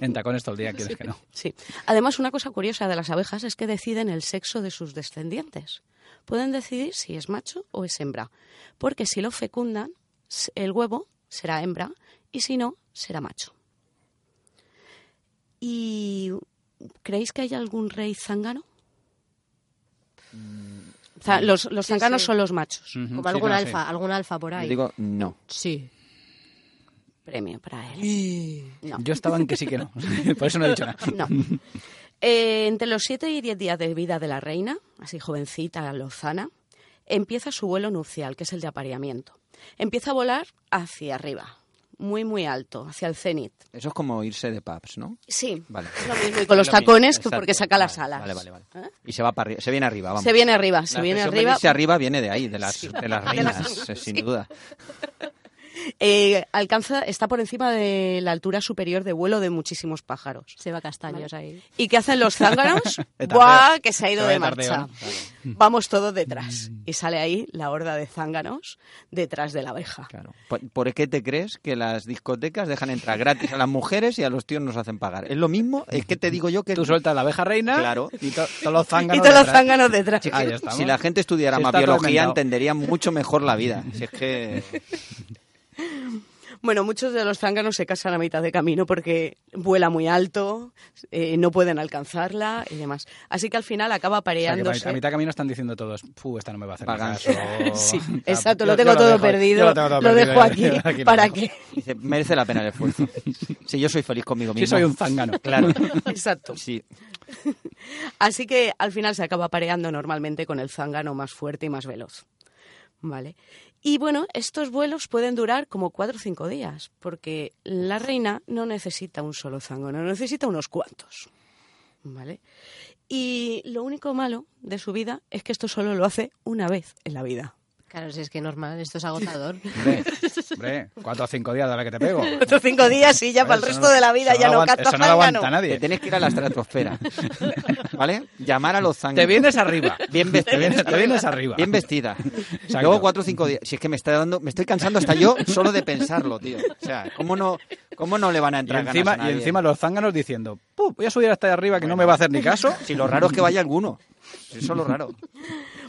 [SPEAKER 5] En tacones todo el día, quieres que no.
[SPEAKER 2] Sí. Además, una cosa curiosa de las abejas es que deciden el sexo de sus descendientes. Pueden decidir si es macho o es hembra, porque si lo fecundan, s- el huevo será hembra y si no, será macho. ¿Y creéis que hay algún rey zángano? Za- los los
[SPEAKER 3] Sí,
[SPEAKER 2] zánganos
[SPEAKER 3] sí.
[SPEAKER 2] son los machos.
[SPEAKER 5] Ujú,
[SPEAKER 3] Como
[SPEAKER 5] sí,
[SPEAKER 3] algún
[SPEAKER 5] no, sí.
[SPEAKER 3] alfa, algún alfa por
[SPEAKER 4] Yo
[SPEAKER 3] ahí.
[SPEAKER 4] digo no.
[SPEAKER 3] Sí.
[SPEAKER 2] Premio para él. No.
[SPEAKER 5] Yo estaba en que sí que no. Por eso no he dicho nada.
[SPEAKER 2] No. Eh, entre los 7 y 10 días de vida de la reina, así jovencita, lozana, empieza su vuelo nupcial, que es el de apareamiento. Empieza a volar hacia arriba, muy, muy alto, hacia el cenit.
[SPEAKER 4] Eso es como irse de pubs, ¿no?
[SPEAKER 2] Sí,
[SPEAKER 4] Vale.
[SPEAKER 2] es lo mismo, y con los
[SPEAKER 4] Lo mismo,
[SPEAKER 2] tacones que
[SPEAKER 4] exacto.
[SPEAKER 2] porque saca las
[SPEAKER 4] Vale,
[SPEAKER 2] alas.
[SPEAKER 4] Vale, vale, vale.
[SPEAKER 2] ¿Eh?
[SPEAKER 4] Y se va para arriba, se viene arriba, vamos.
[SPEAKER 2] Se viene arriba, se
[SPEAKER 4] La
[SPEAKER 2] viene
[SPEAKER 4] expresión
[SPEAKER 2] arriba.
[SPEAKER 4] venirse arriba viene de ahí, de las, de las reinas, eh, sin duda.
[SPEAKER 2] Eh, alcanza, está por encima de la altura superior de vuelo de muchísimos pájaros.
[SPEAKER 6] Se va castaños ahí.
[SPEAKER 2] ¿Y qué hacen los zánganos?
[SPEAKER 4] De
[SPEAKER 2] ¡Buah!
[SPEAKER 4] tardeo.
[SPEAKER 2] Que se ha ido
[SPEAKER 5] Se va
[SPEAKER 2] de
[SPEAKER 5] de tardeo, Mm.
[SPEAKER 2] marcha. Vamos todos detrás. Y sale ahí la horda de zánganos detrás de la abeja.
[SPEAKER 4] Claro. ¿Por, por qué te crees que las discotecas dejan entrar gratis a las mujeres y a los tíos nos hacen pagar? Es lo mismo, es que te digo yo que...
[SPEAKER 5] Tú sueltas la abeja reina
[SPEAKER 4] Claro.
[SPEAKER 5] y to- todos los zánganos
[SPEAKER 2] Y todos los
[SPEAKER 5] detrás.
[SPEAKER 2] zánganos detrás.
[SPEAKER 5] Chica, Ahí estamos.
[SPEAKER 4] Si la gente estudiara
[SPEAKER 5] Sí,
[SPEAKER 4] más
[SPEAKER 5] está todo
[SPEAKER 4] biología
[SPEAKER 5] inventado.
[SPEAKER 4] entendería mucho mejor la vida. Si es que...
[SPEAKER 2] Bueno, muchos de los zánganos se casan a mitad de camino porque vuela muy alto, eh, no pueden alcanzarla y demás. Así que al final acaba
[SPEAKER 5] O sea, que
[SPEAKER 2] pareándose.
[SPEAKER 5] a mitad de camino están diciendo todos, "Fu, esta no me va a hacer
[SPEAKER 4] Pagan
[SPEAKER 5] caso".
[SPEAKER 2] Sí,
[SPEAKER 5] Ah,
[SPEAKER 2] exacto,
[SPEAKER 5] yo-
[SPEAKER 2] lo
[SPEAKER 5] yo
[SPEAKER 2] tengo todo
[SPEAKER 5] dejo- yo
[SPEAKER 2] perdido.
[SPEAKER 5] tengo todo
[SPEAKER 2] Lo
[SPEAKER 5] perdido,
[SPEAKER 2] dejo
[SPEAKER 5] yo-
[SPEAKER 2] aquí.
[SPEAKER 5] yo lo
[SPEAKER 2] ¿Para
[SPEAKER 5] dejo.
[SPEAKER 2] qué?
[SPEAKER 4] Dice, merece la pena el esfuerzo. Si yo soy feliz conmigo mismo.
[SPEAKER 5] Sí, soy un zángano.
[SPEAKER 4] Claro.
[SPEAKER 2] Exacto.
[SPEAKER 4] Sí.
[SPEAKER 2] Así que al final se acaba pareando normalmente con el zángano más fuerte y más veloz. Vale. Y bueno, estos vuelos pueden durar como cuatro o cinco días, porque la reina no necesita un solo zángano, necesita unos cuantos. ¿Vale? Y lo único malo de su vida es que esto solo lo hace una vez en la vida.
[SPEAKER 3] Claro, si es que normal, esto es agotador.
[SPEAKER 5] Hombre, hombre, cuatro o cinco días, dale que te pego.
[SPEAKER 2] Cuatro o cinco días y ya para el
[SPEAKER 5] Eso no-
[SPEAKER 2] resto de la vida
[SPEAKER 5] eso
[SPEAKER 2] ya
[SPEAKER 5] lo
[SPEAKER 2] no
[SPEAKER 5] aguanta-
[SPEAKER 2] canta
[SPEAKER 5] Eso no lo aguanta
[SPEAKER 2] zángano.
[SPEAKER 4] Te
[SPEAKER 5] nadie.
[SPEAKER 4] tienes que ir a la estratosfera. ¿Vale? Llamar a los zánganos.
[SPEAKER 5] Te vienes arriba.
[SPEAKER 4] Bien vestida.
[SPEAKER 5] Te vienes- te vienes arriba.
[SPEAKER 4] Bien vestida. Luego cuatro o cinco días. Si es que me está dando, me estoy cansando hasta yo solo de pensarlo, tío. O sea, ¿cómo no, cómo no le van a
[SPEAKER 5] Y
[SPEAKER 4] entrar
[SPEAKER 5] encima,
[SPEAKER 4] ganas a
[SPEAKER 5] y
[SPEAKER 4] nadie?
[SPEAKER 5] encima los zánganos diciendo, "Pu, voy a subir hasta ahí arriba que no me va a hacer ni caso.
[SPEAKER 4] Si lo raro es que vaya alguno. Eso es lo raro.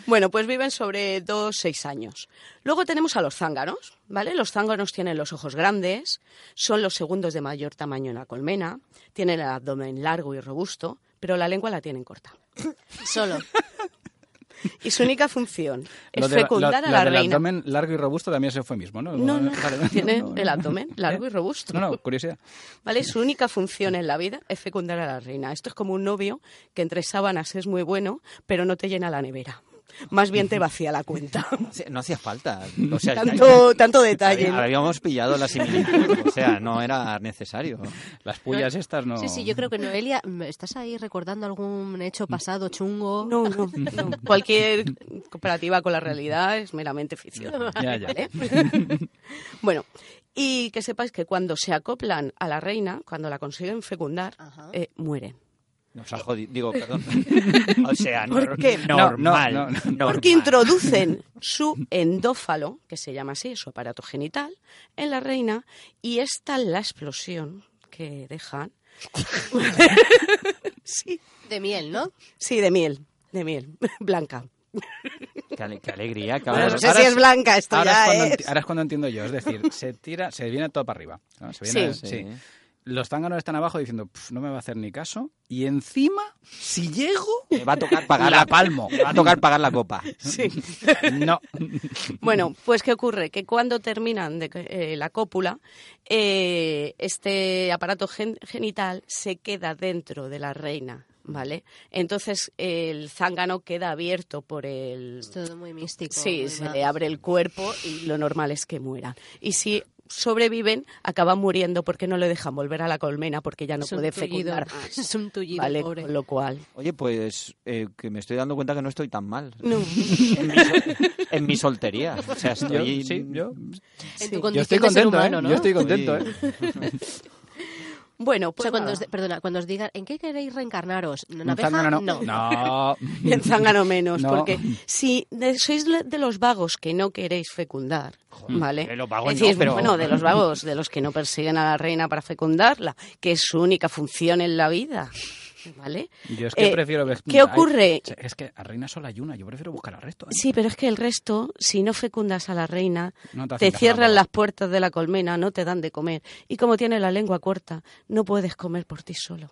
[SPEAKER 2] Bueno, pues viven sobre dos, seis años. Luego tenemos a los zánganos, ¿vale? Los zánganos tienen los ojos grandes, son los segundos de mayor tamaño en la colmena, tienen el abdomen largo y robusto, pero la lengua la tienen corta.
[SPEAKER 3] Solo.
[SPEAKER 2] Y su única función es
[SPEAKER 5] Lo de- lo-
[SPEAKER 2] fecundar a
[SPEAKER 5] lo
[SPEAKER 2] la
[SPEAKER 5] del
[SPEAKER 2] reina.
[SPEAKER 5] abdomen largo y robusto también se fue mismo, ¿no?
[SPEAKER 2] No, no,
[SPEAKER 5] Vale, vale.
[SPEAKER 2] tiene
[SPEAKER 5] No, no.
[SPEAKER 2] el abdomen largo y robusto.
[SPEAKER 5] No, no, curiosidad.
[SPEAKER 2] ¿Vale? Su única función en la vida es fecundar a la reina. Esto es como un novio que entre sábanas es muy bueno, pero no te llena la nevera. Más bien te vacía la cuenta.
[SPEAKER 4] No hacía falta. O sea,
[SPEAKER 2] tanto, tanto detalle. ¿no?
[SPEAKER 4] Habíamos pillado la similitud. O sea, no era necesario.
[SPEAKER 5] Las pullas estas no.
[SPEAKER 3] Sí, sí, yo creo que Noelia, ¿me ¿estás ahí recordando algún
[SPEAKER 5] Mm.
[SPEAKER 3] hecho pasado chungo?
[SPEAKER 2] No, no, no. Cualquier comparativa con la realidad es meramente ficción.
[SPEAKER 5] Ya, ya.
[SPEAKER 2] ¿vale? bueno, y que sepáis que cuando se acoplan a la reina, cuando la consiguen fecundar,
[SPEAKER 3] Ajá.
[SPEAKER 2] eh, mueren.
[SPEAKER 4] Nos ha jodido. Digo, perdón. O sea, no-
[SPEAKER 2] ¿Por qué?
[SPEAKER 4] normal.
[SPEAKER 5] No, no, no.
[SPEAKER 4] normal.
[SPEAKER 2] Porque introducen su endófalo, que se llama así, su aparato genital, en la reina y esta la explosión que dejan. sí,
[SPEAKER 3] De miel, ¿no?
[SPEAKER 2] sí, de miel, de miel, blanca.
[SPEAKER 4] Qué, ale- qué alegría. qué
[SPEAKER 2] Bueno,
[SPEAKER 4] alegría.
[SPEAKER 2] no sé si es blanca esto
[SPEAKER 5] ahora
[SPEAKER 2] ya,
[SPEAKER 5] es cuando
[SPEAKER 2] ¿eh?
[SPEAKER 5] enti- ahora es cuando entiendo yo, es decir, se tira, se viene todo para arriba. ¿no? Se viene-
[SPEAKER 4] Sí.
[SPEAKER 5] sí. Los zánganos están abajo diciendo, "Pf, no me va a hacer ni caso. Y encima, si llego,
[SPEAKER 4] Me va a tocar pagar
[SPEAKER 5] la palmo.
[SPEAKER 4] me va a tocar pagar la copa.
[SPEAKER 2] Sí.
[SPEAKER 5] No.
[SPEAKER 3] Mm.
[SPEAKER 2] Bueno, pues ¿qué ocurre? Que cuando terminan de, eh, la cópula, eh, este aparato gen- genital se queda dentro de la reina, ¿vale? Entonces el zángano queda abierto por el...
[SPEAKER 3] Es todo muy místico.
[SPEAKER 2] Sí,
[SPEAKER 3] muy
[SPEAKER 2] se
[SPEAKER 3] ma-
[SPEAKER 2] le abre el cuerpo y lo normal es que mueran. Y si sobreviven, acaban muriendo porque no le dejan volver a la colmena porque ya no
[SPEAKER 3] Es un
[SPEAKER 2] puede
[SPEAKER 3] tullido,
[SPEAKER 2] fecundar.
[SPEAKER 3] Es un tullido,
[SPEAKER 2] ¿Vale?
[SPEAKER 3] Ah, pobre.
[SPEAKER 2] Con lo cual...
[SPEAKER 4] Oye, pues eh, que me estoy dando cuenta que no estoy tan mal.
[SPEAKER 2] No.
[SPEAKER 4] En mi, sol- en mi soltería. O sea,
[SPEAKER 5] Yo,
[SPEAKER 4] estoy.
[SPEAKER 5] sí, yo,
[SPEAKER 3] En tu
[SPEAKER 2] Sí.
[SPEAKER 3] condición
[SPEAKER 5] mm, yo estoy
[SPEAKER 3] de ser
[SPEAKER 5] contento,
[SPEAKER 3] humano,
[SPEAKER 5] ¿eh?
[SPEAKER 3] ¿no?
[SPEAKER 5] Yo estoy contento,
[SPEAKER 4] Sí.
[SPEAKER 5] ¿eh?
[SPEAKER 2] Bueno,
[SPEAKER 3] O
[SPEAKER 2] pues...
[SPEAKER 3] sea, cuando
[SPEAKER 2] nada.
[SPEAKER 3] os, de- perdona, cuando os digan, ¿en qué queréis reencarnaros? ¿En una abeja?
[SPEAKER 5] Zángano no. No.
[SPEAKER 2] En zángano "Ah, menos,
[SPEAKER 5] No.
[SPEAKER 2] porque si de- sois le- de los vagos que no queréis fecundar, ¿vale?
[SPEAKER 4] de los vagos
[SPEAKER 2] Es
[SPEAKER 4] no,
[SPEAKER 2] decir,
[SPEAKER 4] pero-
[SPEAKER 2] Bueno, de los vagos, de los que no persiguen a la reina para fecundarla, que es su única función en la vida, ¿vale?
[SPEAKER 5] Yo es que
[SPEAKER 2] Eh,
[SPEAKER 5] prefiero... ver-
[SPEAKER 2] ¿Qué ocurre?
[SPEAKER 5] Ay, es que a Reina solo hay una, yo prefiero buscar al resto. ¿eh?
[SPEAKER 2] Sí, pero es que el resto, si no fecundas a la reina,
[SPEAKER 5] No te
[SPEAKER 2] te
[SPEAKER 5] hacen
[SPEAKER 2] cierran
[SPEAKER 5] tampoco.
[SPEAKER 2] las puertas de la colmena, no te dan de comer. Y como tiene la lengua corta, no puedes comer por ti solo.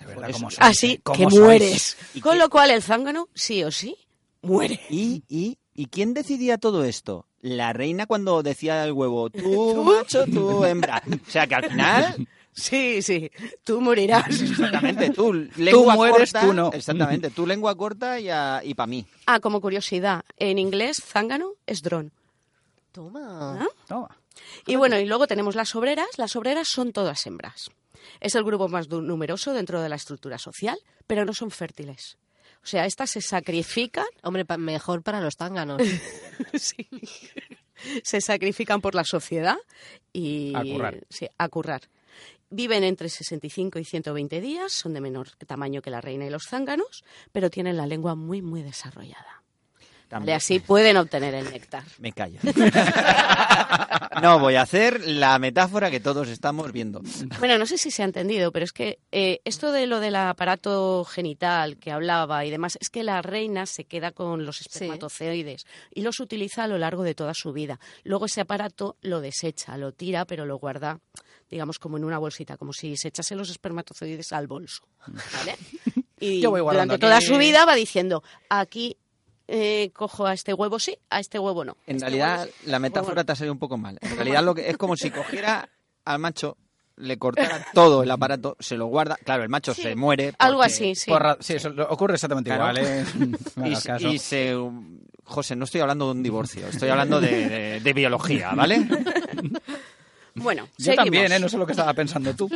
[SPEAKER 5] De verdad, como sois,
[SPEAKER 2] Así
[SPEAKER 5] ¿eh? ¿Cómo
[SPEAKER 2] Pues, ah, que
[SPEAKER 5] sois?
[SPEAKER 2] mueres. Con lo cual el zángano, sí o sí, muere.
[SPEAKER 4] ¿Y, y, ¿Y quién decidía todo esto? La reina cuando decía el huevo, tú macho, tú hembra. O sea, que al final,
[SPEAKER 2] Sí, sí, tú morirás.
[SPEAKER 4] exactamente, tú lengua
[SPEAKER 5] mueres,
[SPEAKER 4] corta,
[SPEAKER 5] tú no.
[SPEAKER 4] Exactamente, tú lengua corta y, a- y para mí.
[SPEAKER 2] Ah, como curiosidad, en inglés zángano es dron.
[SPEAKER 3] Toma.
[SPEAKER 2] ¿Ah?
[SPEAKER 5] Toma.
[SPEAKER 2] Y bueno, y luego tenemos las obreras. Las obreras son todas hembras. Es el grupo más du- numeroso dentro de la estructura social, pero no son fértiles. O sea, estas se sacrifican,
[SPEAKER 3] Hombre, pa- mejor para los tánganos.
[SPEAKER 2] sí, se sacrifican por la sociedad y
[SPEAKER 5] A currar.
[SPEAKER 2] sí, a currar. Viven entre 65 y 120 días, son de menor tamaño que la reina y los zánganos, pero tienen la lengua muy, muy desarrollada. Vale,
[SPEAKER 4] También.
[SPEAKER 2] así pueden obtener el néctar.
[SPEAKER 4] Me callo. no, voy a hacer la metáfora que todos estamos viendo.
[SPEAKER 2] Bueno, no sé si se ha entendido, pero es que eh, esto de lo del aparato genital que hablaba y demás, es que la reina se queda con los espermatozoides y los utiliza a lo largo de toda su vida. Luego ese aparato lo desecha, lo tira, pero lo guarda, digamos, como en una bolsita, como si se echase los espermatozoides al bolso. ¿vale? Y
[SPEAKER 5] Yo voy guardando
[SPEAKER 2] durante toda
[SPEAKER 5] aquí.
[SPEAKER 2] su vida va diciendo, aquí eh, cojo a este huevo sí, a este huevo no.
[SPEAKER 4] En
[SPEAKER 2] Este
[SPEAKER 4] realidad,
[SPEAKER 2] huevo sí.
[SPEAKER 4] la metáfora te ha salido un poco mal. En realidad, lo que es como si cogiera al macho, le cortara todo el aparato, se lo guarda. Claro, el macho se muere.
[SPEAKER 2] Algo
[SPEAKER 4] porque-
[SPEAKER 2] así, sí.
[SPEAKER 5] Por ra- sí, eso lo- ocurre exactamente
[SPEAKER 4] Claro.
[SPEAKER 5] igual, ¿eh? No
[SPEAKER 4] Y,
[SPEAKER 5] hagas
[SPEAKER 4] se-
[SPEAKER 5] caso.
[SPEAKER 4] y se. José, no estoy hablando de un divorcio, estoy hablando de, de- de biología, ¿vale?
[SPEAKER 2] Bueno,
[SPEAKER 5] Yo también,
[SPEAKER 2] seguimos.
[SPEAKER 5] ¿eh? No sé lo que estaba pensando tú.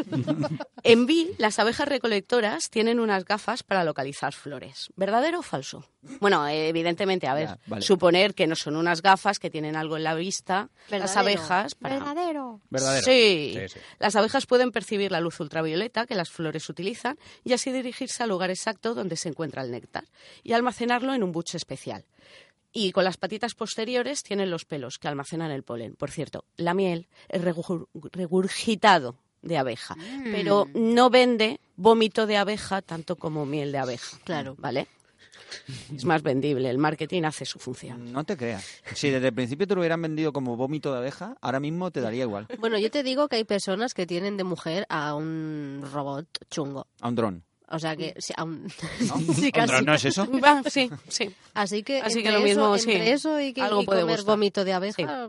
[SPEAKER 2] En Bill, las abejas recolectoras tienen unas gafas para localizar flores. ¿Verdadero o falso? Bueno, eh, evidentemente, a ver,
[SPEAKER 4] Ya, vale.
[SPEAKER 2] suponer que no son unas gafas que tienen algo en la vista. Las
[SPEAKER 3] Verdadero,
[SPEAKER 2] abejas para...
[SPEAKER 3] Verdadero.
[SPEAKER 5] ¿Verdadero?
[SPEAKER 2] Sí.
[SPEAKER 5] Sí, sí.
[SPEAKER 2] Las abejas pueden percibir la luz ultravioleta que las flores utilizan y así dirigirse al lugar exacto donde se encuentra el néctar y almacenarlo en un buche especial. Y con las patitas posteriores tienen los pelos que almacenan el polen. Por cierto, la miel es regur- regurgitado de abeja, pero no vende vómito de abeja tanto como miel de abeja.
[SPEAKER 3] Claro.
[SPEAKER 2] ¿Vale? Es más vendible, el marketing hace su función.
[SPEAKER 4] No te creas. Si desde el principio te lo hubieran vendido como vómito de abeja, ahora mismo te daría igual.
[SPEAKER 3] Bueno, yo te digo que hay personas que tienen de mujer a un robot chungo.
[SPEAKER 4] A un dron.
[SPEAKER 3] O sea que sí, a un...
[SPEAKER 4] ¿no?
[SPEAKER 3] sí,
[SPEAKER 4] ¿Un
[SPEAKER 3] casi.
[SPEAKER 4] dron no es eso?
[SPEAKER 2] Va, sí, sí.
[SPEAKER 3] Así que,
[SPEAKER 2] Así
[SPEAKER 3] entre
[SPEAKER 2] que lo mismo,
[SPEAKER 3] eso,
[SPEAKER 2] sí.
[SPEAKER 3] entre eso y, que,
[SPEAKER 2] Algo
[SPEAKER 3] y
[SPEAKER 2] puede
[SPEAKER 3] comer
[SPEAKER 2] gustar.
[SPEAKER 3] vómito de abeja,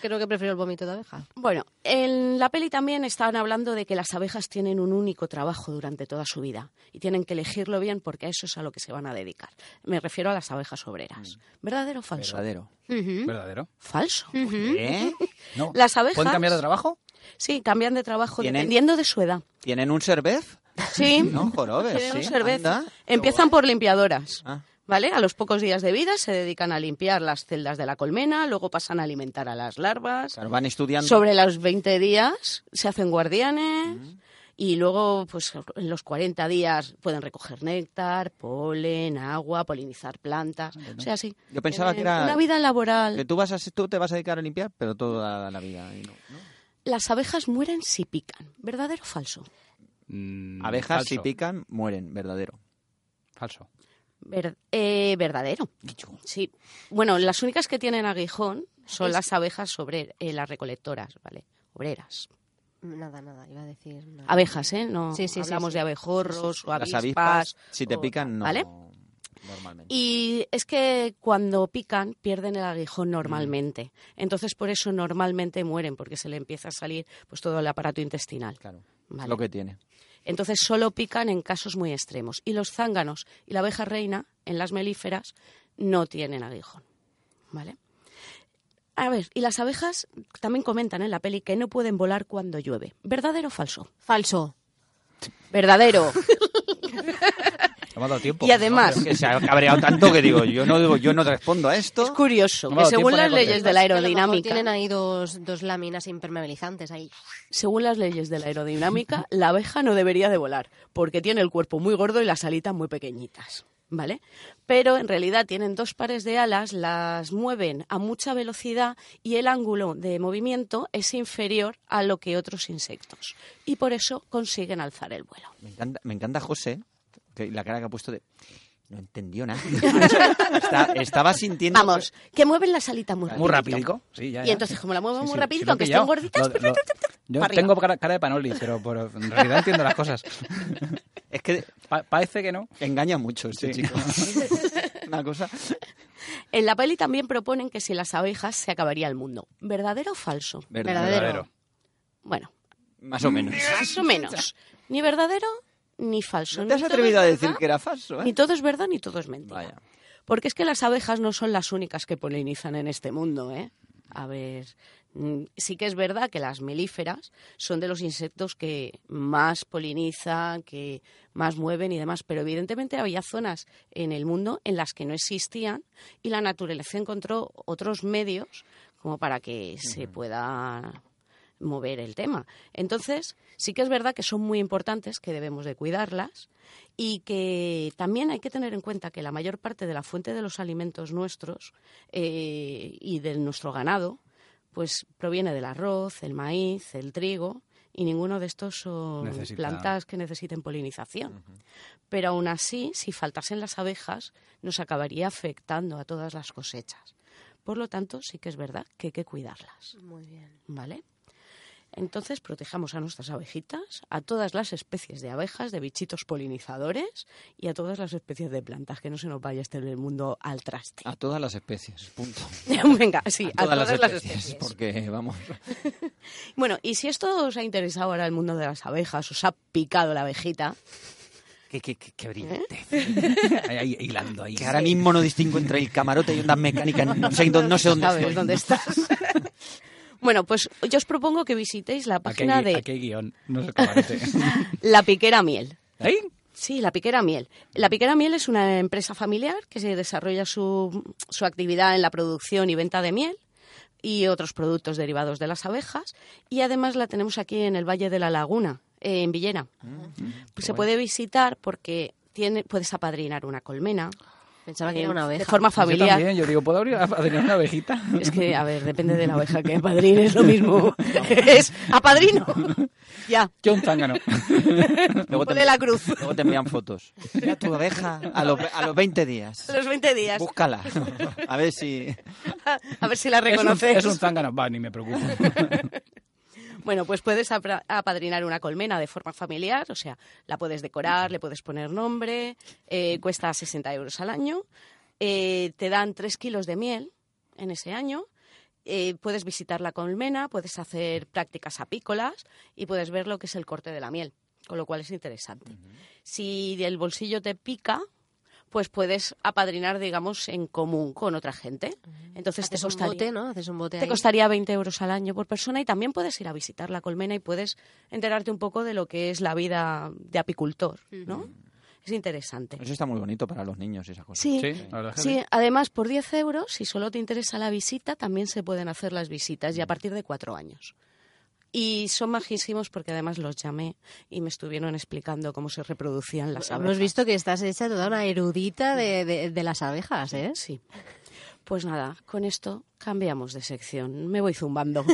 [SPEAKER 3] creo que prefiero el vómito de abeja.
[SPEAKER 2] Bueno, en la peli también estaban hablando de que las abejas tienen un único trabajo durante toda su vida y tienen que elegirlo bien porque a eso es a lo que se van a dedicar. Me refiero a las abejas obreras. ¿Verdadero o falso?
[SPEAKER 4] Mm. Verdadero.
[SPEAKER 5] ¿Verdadero?
[SPEAKER 2] Falso.
[SPEAKER 4] ¿Eh?
[SPEAKER 5] No.
[SPEAKER 2] Las abejas-
[SPEAKER 5] ¿Pueden cambiar de trabajo?
[SPEAKER 2] Sí, cambian de trabajo
[SPEAKER 4] ¿Tienen?
[SPEAKER 2] dependiendo de su edad.
[SPEAKER 4] ¿Tienen un cervez?
[SPEAKER 2] Sí.
[SPEAKER 4] No, jorobes,
[SPEAKER 2] Tienen un
[SPEAKER 4] sí,
[SPEAKER 2] cervez.
[SPEAKER 4] anda.
[SPEAKER 2] Empiezan por limpiadoras.
[SPEAKER 4] Ah.
[SPEAKER 2] ¿Vale? A los pocos días de vida se dedican a limpiar las celdas de la colmena, luego pasan a alimentar a las larvas.
[SPEAKER 4] Claro, van estudiando.
[SPEAKER 2] Sobre los 20 días se hacen guardianes y luego, pues en los 40 días pueden recoger néctar, polen, agua, polinizar plantas. O sea, sí.
[SPEAKER 4] Yo pensaba que
[SPEAKER 2] Tienen
[SPEAKER 4] era-
[SPEAKER 2] Una vida
[SPEAKER 4] Que
[SPEAKER 2] laboral.
[SPEAKER 4] tú, vas a, tú te vas a dedicar a limpiar, pero toda la vida. y no, ¿no?
[SPEAKER 2] Las abejas mueren si pican. ¿Verdadero o falso?
[SPEAKER 5] Mm,
[SPEAKER 4] Abejas,
[SPEAKER 5] falso.
[SPEAKER 4] si pican, mueren, verdadero.
[SPEAKER 5] Falso.
[SPEAKER 2] Ver- eh, verdadero. Sí. Bueno, las únicas que tienen aguijón son las abejas sobre eh, las recolectoras, ¿vale? Obreras.
[SPEAKER 3] Nada, nada, iba a decir...
[SPEAKER 4] Ah.
[SPEAKER 3] nada.
[SPEAKER 2] Abejas, ¿eh? No
[SPEAKER 3] Sí, sí, sí,
[SPEAKER 2] hablamos
[SPEAKER 3] sí.
[SPEAKER 2] de abejorros o
[SPEAKER 4] Las
[SPEAKER 2] avispas.
[SPEAKER 4] avispas, si te
[SPEAKER 2] o-
[SPEAKER 4] pican, no.
[SPEAKER 2] ¿Vale?
[SPEAKER 4] Normalmente.
[SPEAKER 2] Y es que cuando pican pierden el
[SPEAKER 4] Mm.
[SPEAKER 2] aguijón normalmente. Entonces por eso normalmente mueren porque se le empieza a salir pues todo el aparato intestinal.
[SPEAKER 4] Claro. es
[SPEAKER 2] Vale.
[SPEAKER 4] Lo que tiene.
[SPEAKER 2] Entonces solo pican en casos muy extremos y los zánganos y la abeja reina en las melíferas no tienen aguijón. ¿Vale? A ver, y las abejas también comentan en la peli que no pueden volar cuando llueve. ¿Verdadero o falso?
[SPEAKER 3] Falso.
[SPEAKER 2] Verdadero.
[SPEAKER 5] No me ha dado tiempo.
[SPEAKER 2] y además,
[SPEAKER 4] Es que se ha cabreado tanto que digo, yo no digo, yo no respondo a esto.
[SPEAKER 2] es curioso
[SPEAKER 5] No me ha
[SPEAKER 2] que
[SPEAKER 5] dado tiempo
[SPEAKER 2] según
[SPEAKER 5] ni a
[SPEAKER 2] las leyes
[SPEAKER 5] contestar.
[SPEAKER 2] de la
[SPEAKER 3] Es que a lo mejor
[SPEAKER 2] aerodinámica...
[SPEAKER 3] Tienen ahí dos, dos láminas impermeabilizantes ahí.
[SPEAKER 2] Según las leyes de la aerodinámica, la abeja no debería de volar, porque tiene el cuerpo muy gordo y las alitas muy pequeñitas, ¿vale? Pero en realidad tienen dos pares de alas, las mueven a mucha velocidad y el ángulo de movimiento es inferior a lo que otros insectos. Y por eso consiguen alzar el vuelo.
[SPEAKER 4] Me encanta, me encanta José, que la cara que ha puesto de... No entendió nada. Está- estaba sintiendo...
[SPEAKER 2] Vamos, que mueven las alitas muy,
[SPEAKER 5] Muy rapidico. Sí, ya,
[SPEAKER 2] Y
[SPEAKER 5] ya.
[SPEAKER 2] entonces, como la muevo
[SPEAKER 5] Sí,
[SPEAKER 2] muy
[SPEAKER 5] sí,
[SPEAKER 2] rapidito,
[SPEAKER 5] sí lo he
[SPEAKER 2] aunque estén gorditas,
[SPEAKER 5] pillado. Lo- lo- yo
[SPEAKER 2] para arriba.
[SPEAKER 5] tengo cara, cara de panoli, pero, pero en realidad entiendo las cosas.
[SPEAKER 4] Es que
[SPEAKER 5] Pa- parece que no.
[SPEAKER 4] engaña mucho este
[SPEAKER 5] Sí.
[SPEAKER 4] chico. Una cosa...
[SPEAKER 2] En la peli también proponen que si las abejas se acabaría el mundo. ¿Verdadero o falso?
[SPEAKER 3] Verdadero.
[SPEAKER 2] Bueno,
[SPEAKER 4] Más o menos.
[SPEAKER 2] Más o menos. Ni verdadero ni falso.
[SPEAKER 4] ¿No te has
[SPEAKER 2] Ni todo
[SPEAKER 4] atrevido a
[SPEAKER 2] es
[SPEAKER 4] decir
[SPEAKER 2] verdad,
[SPEAKER 4] que era falso?
[SPEAKER 2] Ni
[SPEAKER 4] ¿eh?
[SPEAKER 2] todo es verdad ni todo es mentira.
[SPEAKER 4] Vaya.
[SPEAKER 2] Porque es que las abejas no son las únicas que polinizan en este mundo, ¿eh? A ver, mm, sí que es verdad que las melíferas son de los insectos que más polinizan, que más mueven y demás, pero evidentemente había zonas en el mundo en las que no existían y la naturaleza encontró otros medios como para que se pueda mover el tema. Entonces, sí que es verdad que son muy importantes, que debemos de cuidarlas y que también hay que tener en cuenta que la mayor parte de la fuente de los alimentos nuestros eh, y de nuestro ganado, pues proviene del arroz, el maíz, el trigo y ninguno de estos son
[SPEAKER 5] Necesita-
[SPEAKER 2] plantas que necesiten polinización. Pero aún así, si faltasen las abejas, nos acabaría afectando a todas las cosechas. Por lo tanto, sí que es verdad que hay que cuidarlas.
[SPEAKER 3] Muy bien.
[SPEAKER 2] ¿Vale? Entonces protejamos a nuestras abejitas, a todas las especies de abejas, de bichitos polinizadores y a todas las especies de plantas, que no se nos vaya este mundo al traste.
[SPEAKER 4] A todas las especies, punto.
[SPEAKER 2] Venga, sí, a todas, las especies.
[SPEAKER 4] Porque, vamos,
[SPEAKER 2] Bueno, y si esto os ha interesado ahora el mundo de las abejas, os ha picado la abejita,
[SPEAKER 5] Qué, qué, qué, qué brillante. ¿eh? Ahí, ahí, hilando ahí.
[SPEAKER 4] que ahora mismo no distingo entre el camarote y ondas mecánicas. No sé, no sé dónde
[SPEAKER 2] sabes
[SPEAKER 4] estoy.
[SPEAKER 2] dónde estás. bueno, pues yo os propongo que visitéis la
[SPEAKER 5] Aquí hay,
[SPEAKER 2] página
[SPEAKER 5] aquí
[SPEAKER 2] de
[SPEAKER 5] hay guión. No sé cómo haré.
[SPEAKER 2] La Piquera Miel.
[SPEAKER 5] ¿Ahí?
[SPEAKER 2] Sí, la Piquera Miel. La Piquera Miel es una empresa familiar que se desarrolla su, su actividad en la producción y venta de miel y otros productos derivados de las abejas. Y además la tenemos aquí en el Valle de la Laguna, eh, en Villena.
[SPEAKER 5] Mm,
[SPEAKER 2] Pues se puede visitar porque tiene, puedes apadrinar una colmena.
[SPEAKER 3] Pensaba que
[SPEAKER 2] eh,
[SPEAKER 3] era una
[SPEAKER 2] De
[SPEAKER 3] abeja.
[SPEAKER 2] forma
[SPEAKER 5] Yo
[SPEAKER 2] familiar.
[SPEAKER 5] también, yo digo, ¿puedo abrir a, a tener una abejita?
[SPEAKER 2] Es que, a ver, depende de la oveja que apadrine, es lo mismo. es apadrino. ya.
[SPEAKER 5] Yo un zángano.
[SPEAKER 4] Luego te,
[SPEAKER 2] Ponle la cruz.
[SPEAKER 4] luego te envían fotos. Mira tu abeja a los, a los 20 días.
[SPEAKER 2] A los 20 días.
[SPEAKER 4] Búscala. A ver si...
[SPEAKER 2] A ver si la
[SPEAKER 5] Es un,
[SPEAKER 2] reconoces.
[SPEAKER 5] es un zángano. Va, ni me preocupo.
[SPEAKER 2] Bueno, pues puedes apra- apadrinar una colmena de forma familiar, o sea, la puedes decorar, le puedes poner nombre, eh, cuesta 60 euros al año, eh, te dan 3 kilos de miel en ese año, eh, puedes visitar la colmena, puedes hacer prácticas apícolas y puedes ver lo que es el corte de la miel, con lo cual es interesante. Si el bolsillo te pica, pues puedes apadrinar, digamos, en común con otra gente. Entonces te
[SPEAKER 3] Haces un
[SPEAKER 2] costaría...
[SPEAKER 3] bote, ¿no? Haces un bote
[SPEAKER 2] Te
[SPEAKER 3] ahí.
[SPEAKER 2] costaría 20 euros al año por persona y también puedes ir a visitar la colmena y puedes enterarte un poco de lo que es la vida de apicultor, ¿no? Es interesante.
[SPEAKER 4] Eso está muy bonito para los niños, esa cosa.
[SPEAKER 2] Sí.
[SPEAKER 5] Sí, la verdad es que
[SPEAKER 2] Sí, además por 10 euros, si solo te interesa la visita, también se pueden hacer las visitas y a partir de cuatro años. Y son majísimos porque además los llamé y me estuvieron explicando cómo se reproducían las abejas.
[SPEAKER 3] Pues Hemos visto que estás hecha toda una erudita de, de- de las abejas, ¿eh?
[SPEAKER 2] Sí. Pues nada, con esto cambiamos de sección. Me voy zumbando.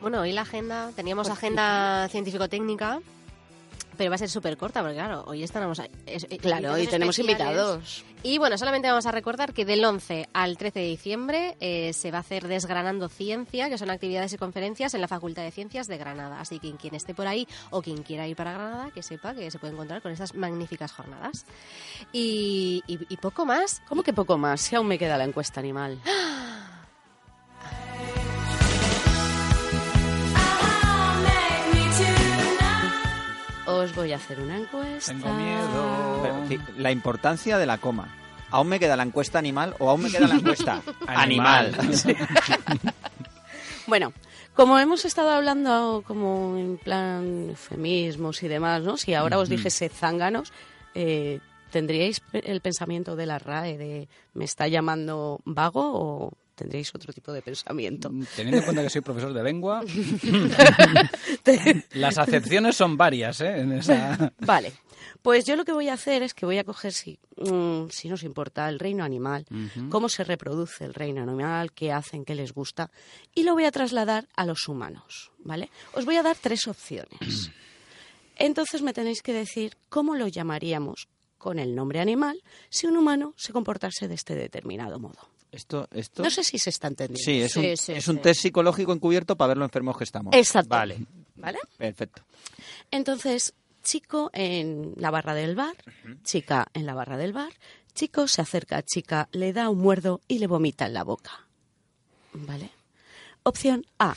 [SPEAKER 3] Bueno, hoy la agenda, teníamos agenda científico-técnica, pero va a ser súper corta, porque claro, hoy estamos... a- es- eh,
[SPEAKER 2] claro, y tenemos
[SPEAKER 3] especiales.
[SPEAKER 2] invitados.
[SPEAKER 3] Y bueno, solamente vamos a recordar que del 11 al 13 de diciembre eh, se va a hacer Desgranando Ciencia, que son actividades y conferencias en la Facultad de Ciencias de Granada. Así que quien, quien esté por ahí o quien quiera ir para Granada, que sepa que se puede encontrar con estas magníficas jornadas. Y, y- y poco más.
[SPEAKER 2] ¿Cómo que poco más? Si aún me queda la encuesta animal. Os voy a hacer una encuesta.
[SPEAKER 5] Tengo miedo.
[SPEAKER 4] Pero, sí, la importancia de la coma. ¿Aún me queda la encuesta animal o aún me queda la encuesta
[SPEAKER 5] Animal.
[SPEAKER 4] animal?
[SPEAKER 2] Bueno, como hemos estado hablando como en plan eufemismos y demás, ¿no? Si ahora os dijese zánganos, eh, ¿tendríais pe- el pensamiento de la RAE de me está llamando vago o tendríais otro tipo de pensamiento?
[SPEAKER 5] Mm, Teniendo en cuenta que soy profesor de lengua, las acepciones son varias, ¿eh? En esa...
[SPEAKER 2] Vale, pues yo lo que voy a hacer es que voy a coger, si, mm, si nos importa, el reino animal, cómo se reproduce el reino animal, qué hacen, qué les gusta, y lo voy a trasladar a los humanos, ¿vale? Os voy a dar tres opciones. Entonces me tenéis que decir cómo lo llamaríamos con el nombre animal si un humano se comportase de este determinado modo.
[SPEAKER 4] Esto, esto...
[SPEAKER 2] No sé si se está entendiendo.
[SPEAKER 4] Sí, es un,
[SPEAKER 3] Sí, sí,
[SPEAKER 4] es un
[SPEAKER 3] sí.
[SPEAKER 4] test psicológico encubierto para ver lo enfermos que estamos.
[SPEAKER 2] Exacto.
[SPEAKER 4] Vale,
[SPEAKER 2] ¿Vale?
[SPEAKER 4] perfecto.
[SPEAKER 2] Entonces, chico en la barra del bar, chica en la barra del bar, chico se acerca a chica, le da un muerdo y le vomita en la boca. ¿Vale? Opción A.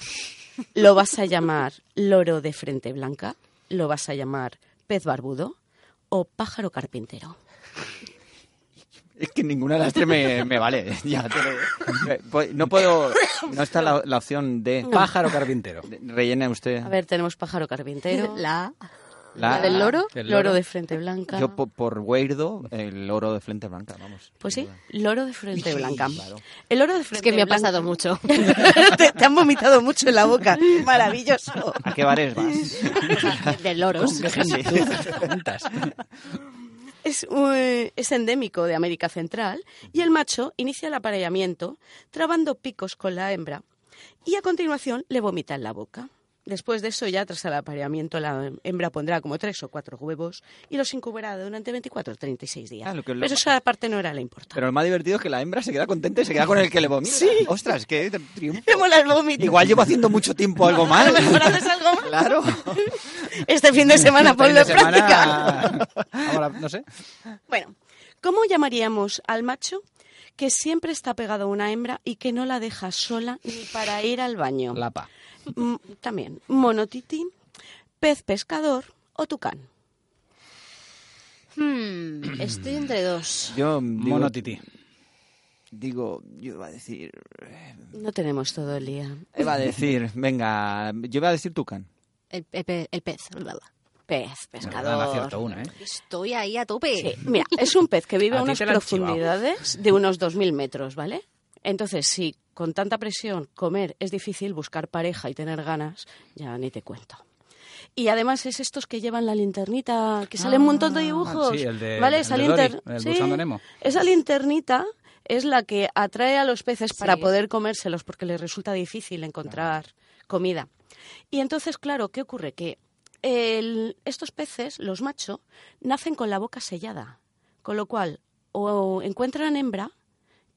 [SPEAKER 2] Lo vas a llamar loro de frente blanca, lo vas a llamar pez barbudo o pájaro carpintero.
[SPEAKER 4] Es que ninguna de las tres me, me vale. Ya, te lo- eh, pues, no puedo. No está la, la opción de.
[SPEAKER 5] Pájaro carpintero.
[SPEAKER 4] Rellene usted.
[SPEAKER 2] A ver, tenemos pájaro carpintero.
[SPEAKER 3] La
[SPEAKER 4] La-
[SPEAKER 2] la del loro,
[SPEAKER 5] Del
[SPEAKER 2] loro,
[SPEAKER 5] loro.
[SPEAKER 2] de frente blanca.
[SPEAKER 4] Yo po- por Weirdo, el oro de frente blanca, vamos.
[SPEAKER 2] Pues sí, loro de frente blanca.
[SPEAKER 4] claro.
[SPEAKER 2] El loro de
[SPEAKER 3] Es
[SPEAKER 2] frente
[SPEAKER 3] que me ha
[SPEAKER 2] blanca-
[SPEAKER 3] pasado mucho.
[SPEAKER 2] te, te han vomitado mucho en la boca. Maravilloso.
[SPEAKER 4] ¿A qué bares vas?
[SPEAKER 3] De loros.
[SPEAKER 5] Juntas.
[SPEAKER 2] Es, eh, es endémico de América Central y el macho inicia el apareamiento trabando picos con la hembra y a continuación le vomita en la boca. Después de eso, ya tras el apareamiento, la hembra pondrá como tres o cuatro huevos y los incubará durante 24 o 36 días.
[SPEAKER 4] Ah, lo que lo-
[SPEAKER 2] Pero esa parte no era la importante.
[SPEAKER 4] Pero lo más divertido es que la hembra se queda contenta y se queda con el que le vomita. Ostras, qué triunfo.
[SPEAKER 2] ¡Qué mola el vómito!
[SPEAKER 4] Igual llevo haciendo mucho tiempo algo
[SPEAKER 2] A
[SPEAKER 4] mal.
[SPEAKER 2] lo mejor haces algo mal.
[SPEAKER 4] Claro.
[SPEAKER 2] Este fin de semana ponlo en
[SPEAKER 5] Fin de semana-
[SPEAKER 2] práctica.
[SPEAKER 5] Ahora, no sé.
[SPEAKER 2] Bueno, ¿cómo llamaríamos al macho que siempre está pegado a una hembra y que no la deja sola ni para ir al baño?
[SPEAKER 5] Lapa.
[SPEAKER 2] Mm, También, monotiti, pez pescador o tucán.
[SPEAKER 3] Hmm, estoy entre dos.
[SPEAKER 4] Yo digo,
[SPEAKER 5] Monotití.
[SPEAKER 4] digo, yo iba a decir. eh,
[SPEAKER 2] No tenemos todo el día.
[SPEAKER 4] Iba a decir, venga, yo iba a decir Tucán.
[SPEAKER 3] El, el pe- el pez. bla, bla.
[SPEAKER 2] Pez
[SPEAKER 5] Perdón, acierto
[SPEAKER 2] pescador.
[SPEAKER 5] una, ¿eh?
[SPEAKER 3] Estoy ahí a tope.
[SPEAKER 2] Sí, mira, es un pez que vive
[SPEAKER 5] A
[SPEAKER 2] a
[SPEAKER 5] ti
[SPEAKER 2] unas
[SPEAKER 5] te la han chivao.
[SPEAKER 2] profundidades de unos 2.000 metros, ¿vale? Entonces, si con tanta presión comer es difícil, buscar pareja y tener ganas, ya ni te cuento. Y además es estos que llevan la linternita, que salen un montón de dibujos.
[SPEAKER 5] Ah, sí, el de-
[SPEAKER 2] ¿vale?
[SPEAKER 5] el
[SPEAKER 2] Esa
[SPEAKER 5] de
[SPEAKER 2] linter-
[SPEAKER 5] Dory, el
[SPEAKER 2] sí,
[SPEAKER 5] buscando Nemo.
[SPEAKER 2] Esa linternita es la que atrae a los peces para
[SPEAKER 3] Sí.
[SPEAKER 2] poder comérselos porque les resulta difícil encontrar comida. Y entonces, claro, ¿qué ocurre? Que el- estos peces, los machos, nacen con la boca sellada, con lo cual o encuentran hembra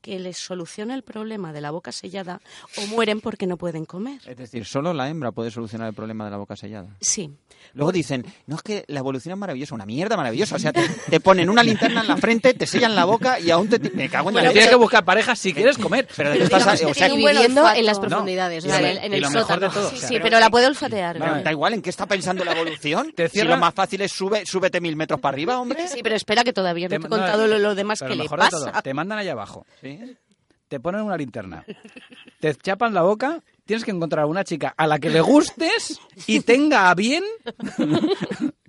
[SPEAKER 2] que les solucione el problema de la boca sellada o mueren porque no pueden comer.
[SPEAKER 4] Es decir, solo la hembra puede solucionar el problema de la boca sellada.
[SPEAKER 2] Sí,
[SPEAKER 4] Luego dicen, no es que la evolución es maravillosa, una mierda maravillosa. O sea, te, te ponen una linterna en la frente, te sellan la boca y aún te. Me cago en la
[SPEAKER 5] Bueno,
[SPEAKER 4] leche.
[SPEAKER 5] tienes que buscar parejas si quieres comer.
[SPEAKER 4] Pero de- Estás-
[SPEAKER 3] Digamos
[SPEAKER 4] o
[SPEAKER 3] que
[SPEAKER 4] sea,
[SPEAKER 3] tiene
[SPEAKER 4] que-
[SPEAKER 3] un viviendo
[SPEAKER 2] olfato.
[SPEAKER 3] en las
[SPEAKER 2] No,
[SPEAKER 3] profundidades,
[SPEAKER 5] y
[SPEAKER 3] o sea,
[SPEAKER 5] lo-
[SPEAKER 3] en el, en
[SPEAKER 5] y
[SPEAKER 3] el
[SPEAKER 5] lo mejor
[SPEAKER 3] sótano.
[SPEAKER 5] de todo,
[SPEAKER 3] sí,
[SPEAKER 5] o sea,
[SPEAKER 3] sí,
[SPEAKER 5] pero-
[SPEAKER 3] pero la puede olfatear.
[SPEAKER 5] No,
[SPEAKER 4] Pero da igual, ¿en qué está pensando la evolución?
[SPEAKER 5] Te
[SPEAKER 4] si lo
[SPEAKER 5] cierra-
[SPEAKER 4] más fácil es sube, súbete mil metros para arriba, hombre.
[SPEAKER 2] sí, pero espera que todavía no te he contado
[SPEAKER 5] no,
[SPEAKER 2] lo, lo demás
[SPEAKER 5] pero
[SPEAKER 2] que le
[SPEAKER 5] mejor de
[SPEAKER 2] pasa.
[SPEAKER 5] todo, te mandan allá abajo,
[SPEAKER 4] Sí.
[SPEAKER 5] te ponen una linterna, te chapan la boca, tienes que encontrar a una chica a la que le gustes y tenga a bien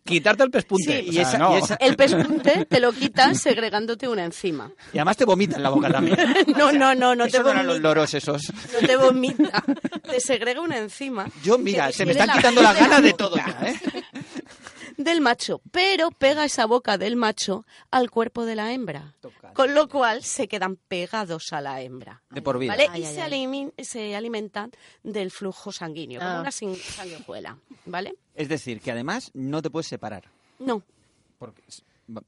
[SPEAKER 5] quitarte el pespunte.
[SPEAKER 4] Sí,
[SPEAKER 5] O
[SPEAKER 4] y
[SPEAKER 5] sea,
[SPEAKER 4] esa-
[SPEAKER 5] no.
[SPEAKER 4] y esa-
[SPEAKER 2] El pespunte te lo quitas segregándote una enzima.
[SPEAKER 4] Y además te vomita en la boca también.
[SPEAKER 2] No, no, no, no te
[SPEAKER 4] Eso no eran los
[SPEAKER 2] vomita.
[SPEAKER 4] loros esos.
[SPEAKER 2] No te vomita. Te segrega una enzima.
[SPEAKER 4] Yo,
[SPEAKER 2] que
[SPEAKER 4] mira, se
[SPEAKER 2] digiere
[SPEAKER 4] me están
[SPEAKER 2] la
[SPEAKER 4] quitando las
[SPEAKER 2] parte
[SPEAKER 4] ganas de todo ya, ¿eh?
[SPEAKER 2] Del macho. Pero pega esa boca del macho al cuerpo de la hembra. Con lo cual se quedan pegados a la hembra.
[SPEAKER 4] De por vida.
[SPEAKER 2] ¿Vale?
[SPEAKER 3] Ay,
[SPEAKER 2] y
[SPEAKER 3] ay,
[SPEAKER 2] se,
[SPEAKER 3] ay.
[SPEAKER 2] alimin- se alimentan del flujo sanguíneo,
[SPEAKER 3] Ah.
[SPEAKER 2] como una sin- sanguijuela. ¿Vale?
[SPEAKER 4] Es decir, que además no te puedes separar.
[SPEAKER 2] No.
[SPEAKER 4] Porque... es-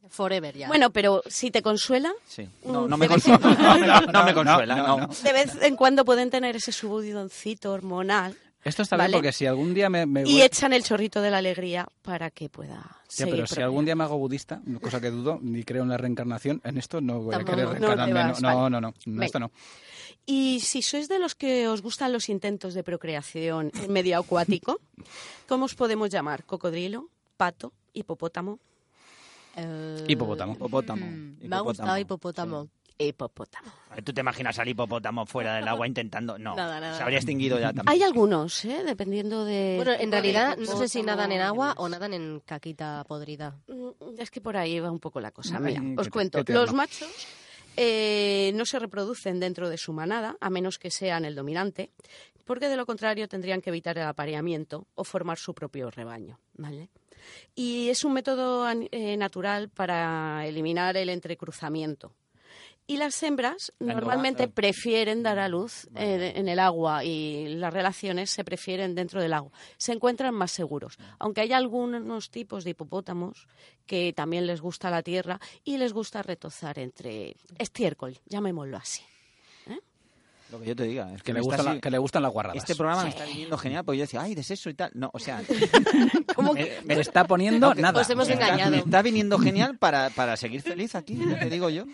[SPEAKER 3] Forever ya.
[SPEAKER 2] Bueno, pero si te consuela,
[SPEAKER 4] Sí.
[SPEAKER 2] Mm,
[SPEAKER 4] No, no me
[SPEAKER 2] de vez
[SPEAKER 4] consuela.
[SPEAKER 2] en
[SPEAKER 4] No,
[SPEAKER 2] cuando.
[SPEAKER 4] no, no me
[SPEAKER 5] No,
[SPEAKER 4] consuela.
[SPEAKER 5] no,
[SPEAKER 4] no.
[SPEAKER 5] no.
[SPEAKER 2] de vez en cuando pueden tener ese subidoncito hormonal.
[SPEAKER 5] Esto está bien
[SPEAKER 2] ¿Vale?
[SPEAKER 5] porque si algún día me... me
[SPEAKER 2] Y echan el chorrito de la alegría para que pueda
[SPEAKER 5] Ya,
[SPEAKER 2] seguir
[SPEAKER 5] pero si
[SPEAKER 2] procreando.
[SPEAKER 5] algún día me hago budista, cosa que dudo, ni creo en la reencarnación, en esto no voy a
[SPEAKER 3] Tampoco,
[SPEAKER 5] querer
[SPEAKER 3] no te
[SPEAKER 5] reencarnarme. No,
[SPEAKER 2] vas,
[SPEAKER 5] no,
[SPEAKER 2] vale.
[SPEAKER 5] no, no, no, esto no.
[SPEAKER 2] Y si sois de los que os gustan los intentos de procreación en medio acuático, ¿cómo os podemos llamar? Cocodrilo, pato, hipopótamo.
[SPEAKER 3] Eh,
[SPEAKER 5] Hipopótamo.
[SPEAKER 4] Hipopótamo.
[SPEAKER 3] mm, Me ha gustado hipopótamo.
[SPEAKER 2] Hipopótamo.
[SPEAKER 4] ¿Tú te imaginas al hipopótamo fuera del agua intentando? No.
[SPEAKER 3] Nada, nada.
[SPEAKER 4] Se habría extinguido ya también.
[SPEAKER 2] Hay algunos, ¿eh? dependiendo de.
[SPEAKER 3] Bueno, en
[SPEAKER 2] tipo de
[SPEAKER 3] realidad no sé si
[SPEAKER 2] hipopótamo
[SPEAKER 3] nadan en
[SPEAKER 2] y
[SPEAKER 3] agua
[SPEAKER 2] demás.
[SPEAKER 3] o nadan en caquita podrida.
[SPEAKER 2] Mm, Es que por ahí va un poco la cosa.
[SPEAKER 5] Ay,
[SPEAKER 2] Mira,
[SPEAKER 5] qué
[SPEAKER 2] os
[SPEAKER 5] te-
[SPEAKER 2] cuento.
[SPEAKER 5] qué tierno.
[SPEAKER 2] Los machos eh, no se reproducen dentro de su manada, a menos que sean el dominante, porque de lo contrario tendrían que evitar el apareamiento o formar su propio rebaño. ¿vale? Y es un método an- eh, natural para eliminar el entrecruzamiento. Y las hembras
[SPEAKER 4] no,
[SPEAKER 2] normalmente
[SPEAKER 4] eh, mm,
[SPEAKER 2] prefieren dar a luz eh, en el agua y las relaciones se prefieren dentro del agua. Se encuentran más seguros, aunque hay algunos tipos de hipopótamos que también les gusta la tierra y les gusta retozar entre estiércol, llamémoslo así.
[SPEAKER 4] Lo que yo te diga. Es
[SPEAKER 5] Que
[SPEAKER 4] que,
[SPEAKER 5] le,
[SPEAKER 4] me
[SPEAKER 5] gustan
[SPEAKER 4] gusta
[SPEAKER 5] la- que le gustan las guarradas.
[SPEAKER 4] Este programa me está viniendo genial porque yo decía, ay, de sexo y tal. No, o sea,
[SPEAKER 3] ¿Cómo
[SPEAKER 4] me-
[SPEAKER 3] que?
[SPEAKER 4] me-
[SPEAKER 5] Me está poniendo nada.
[SPEAKER 3] Os hemos
[SPEAKER 4] me está-
[SPEAKER 3] engañado.
[SPEAKER 4] me está viniendo genial para, para seguir feliz aquí, ya te digo yo.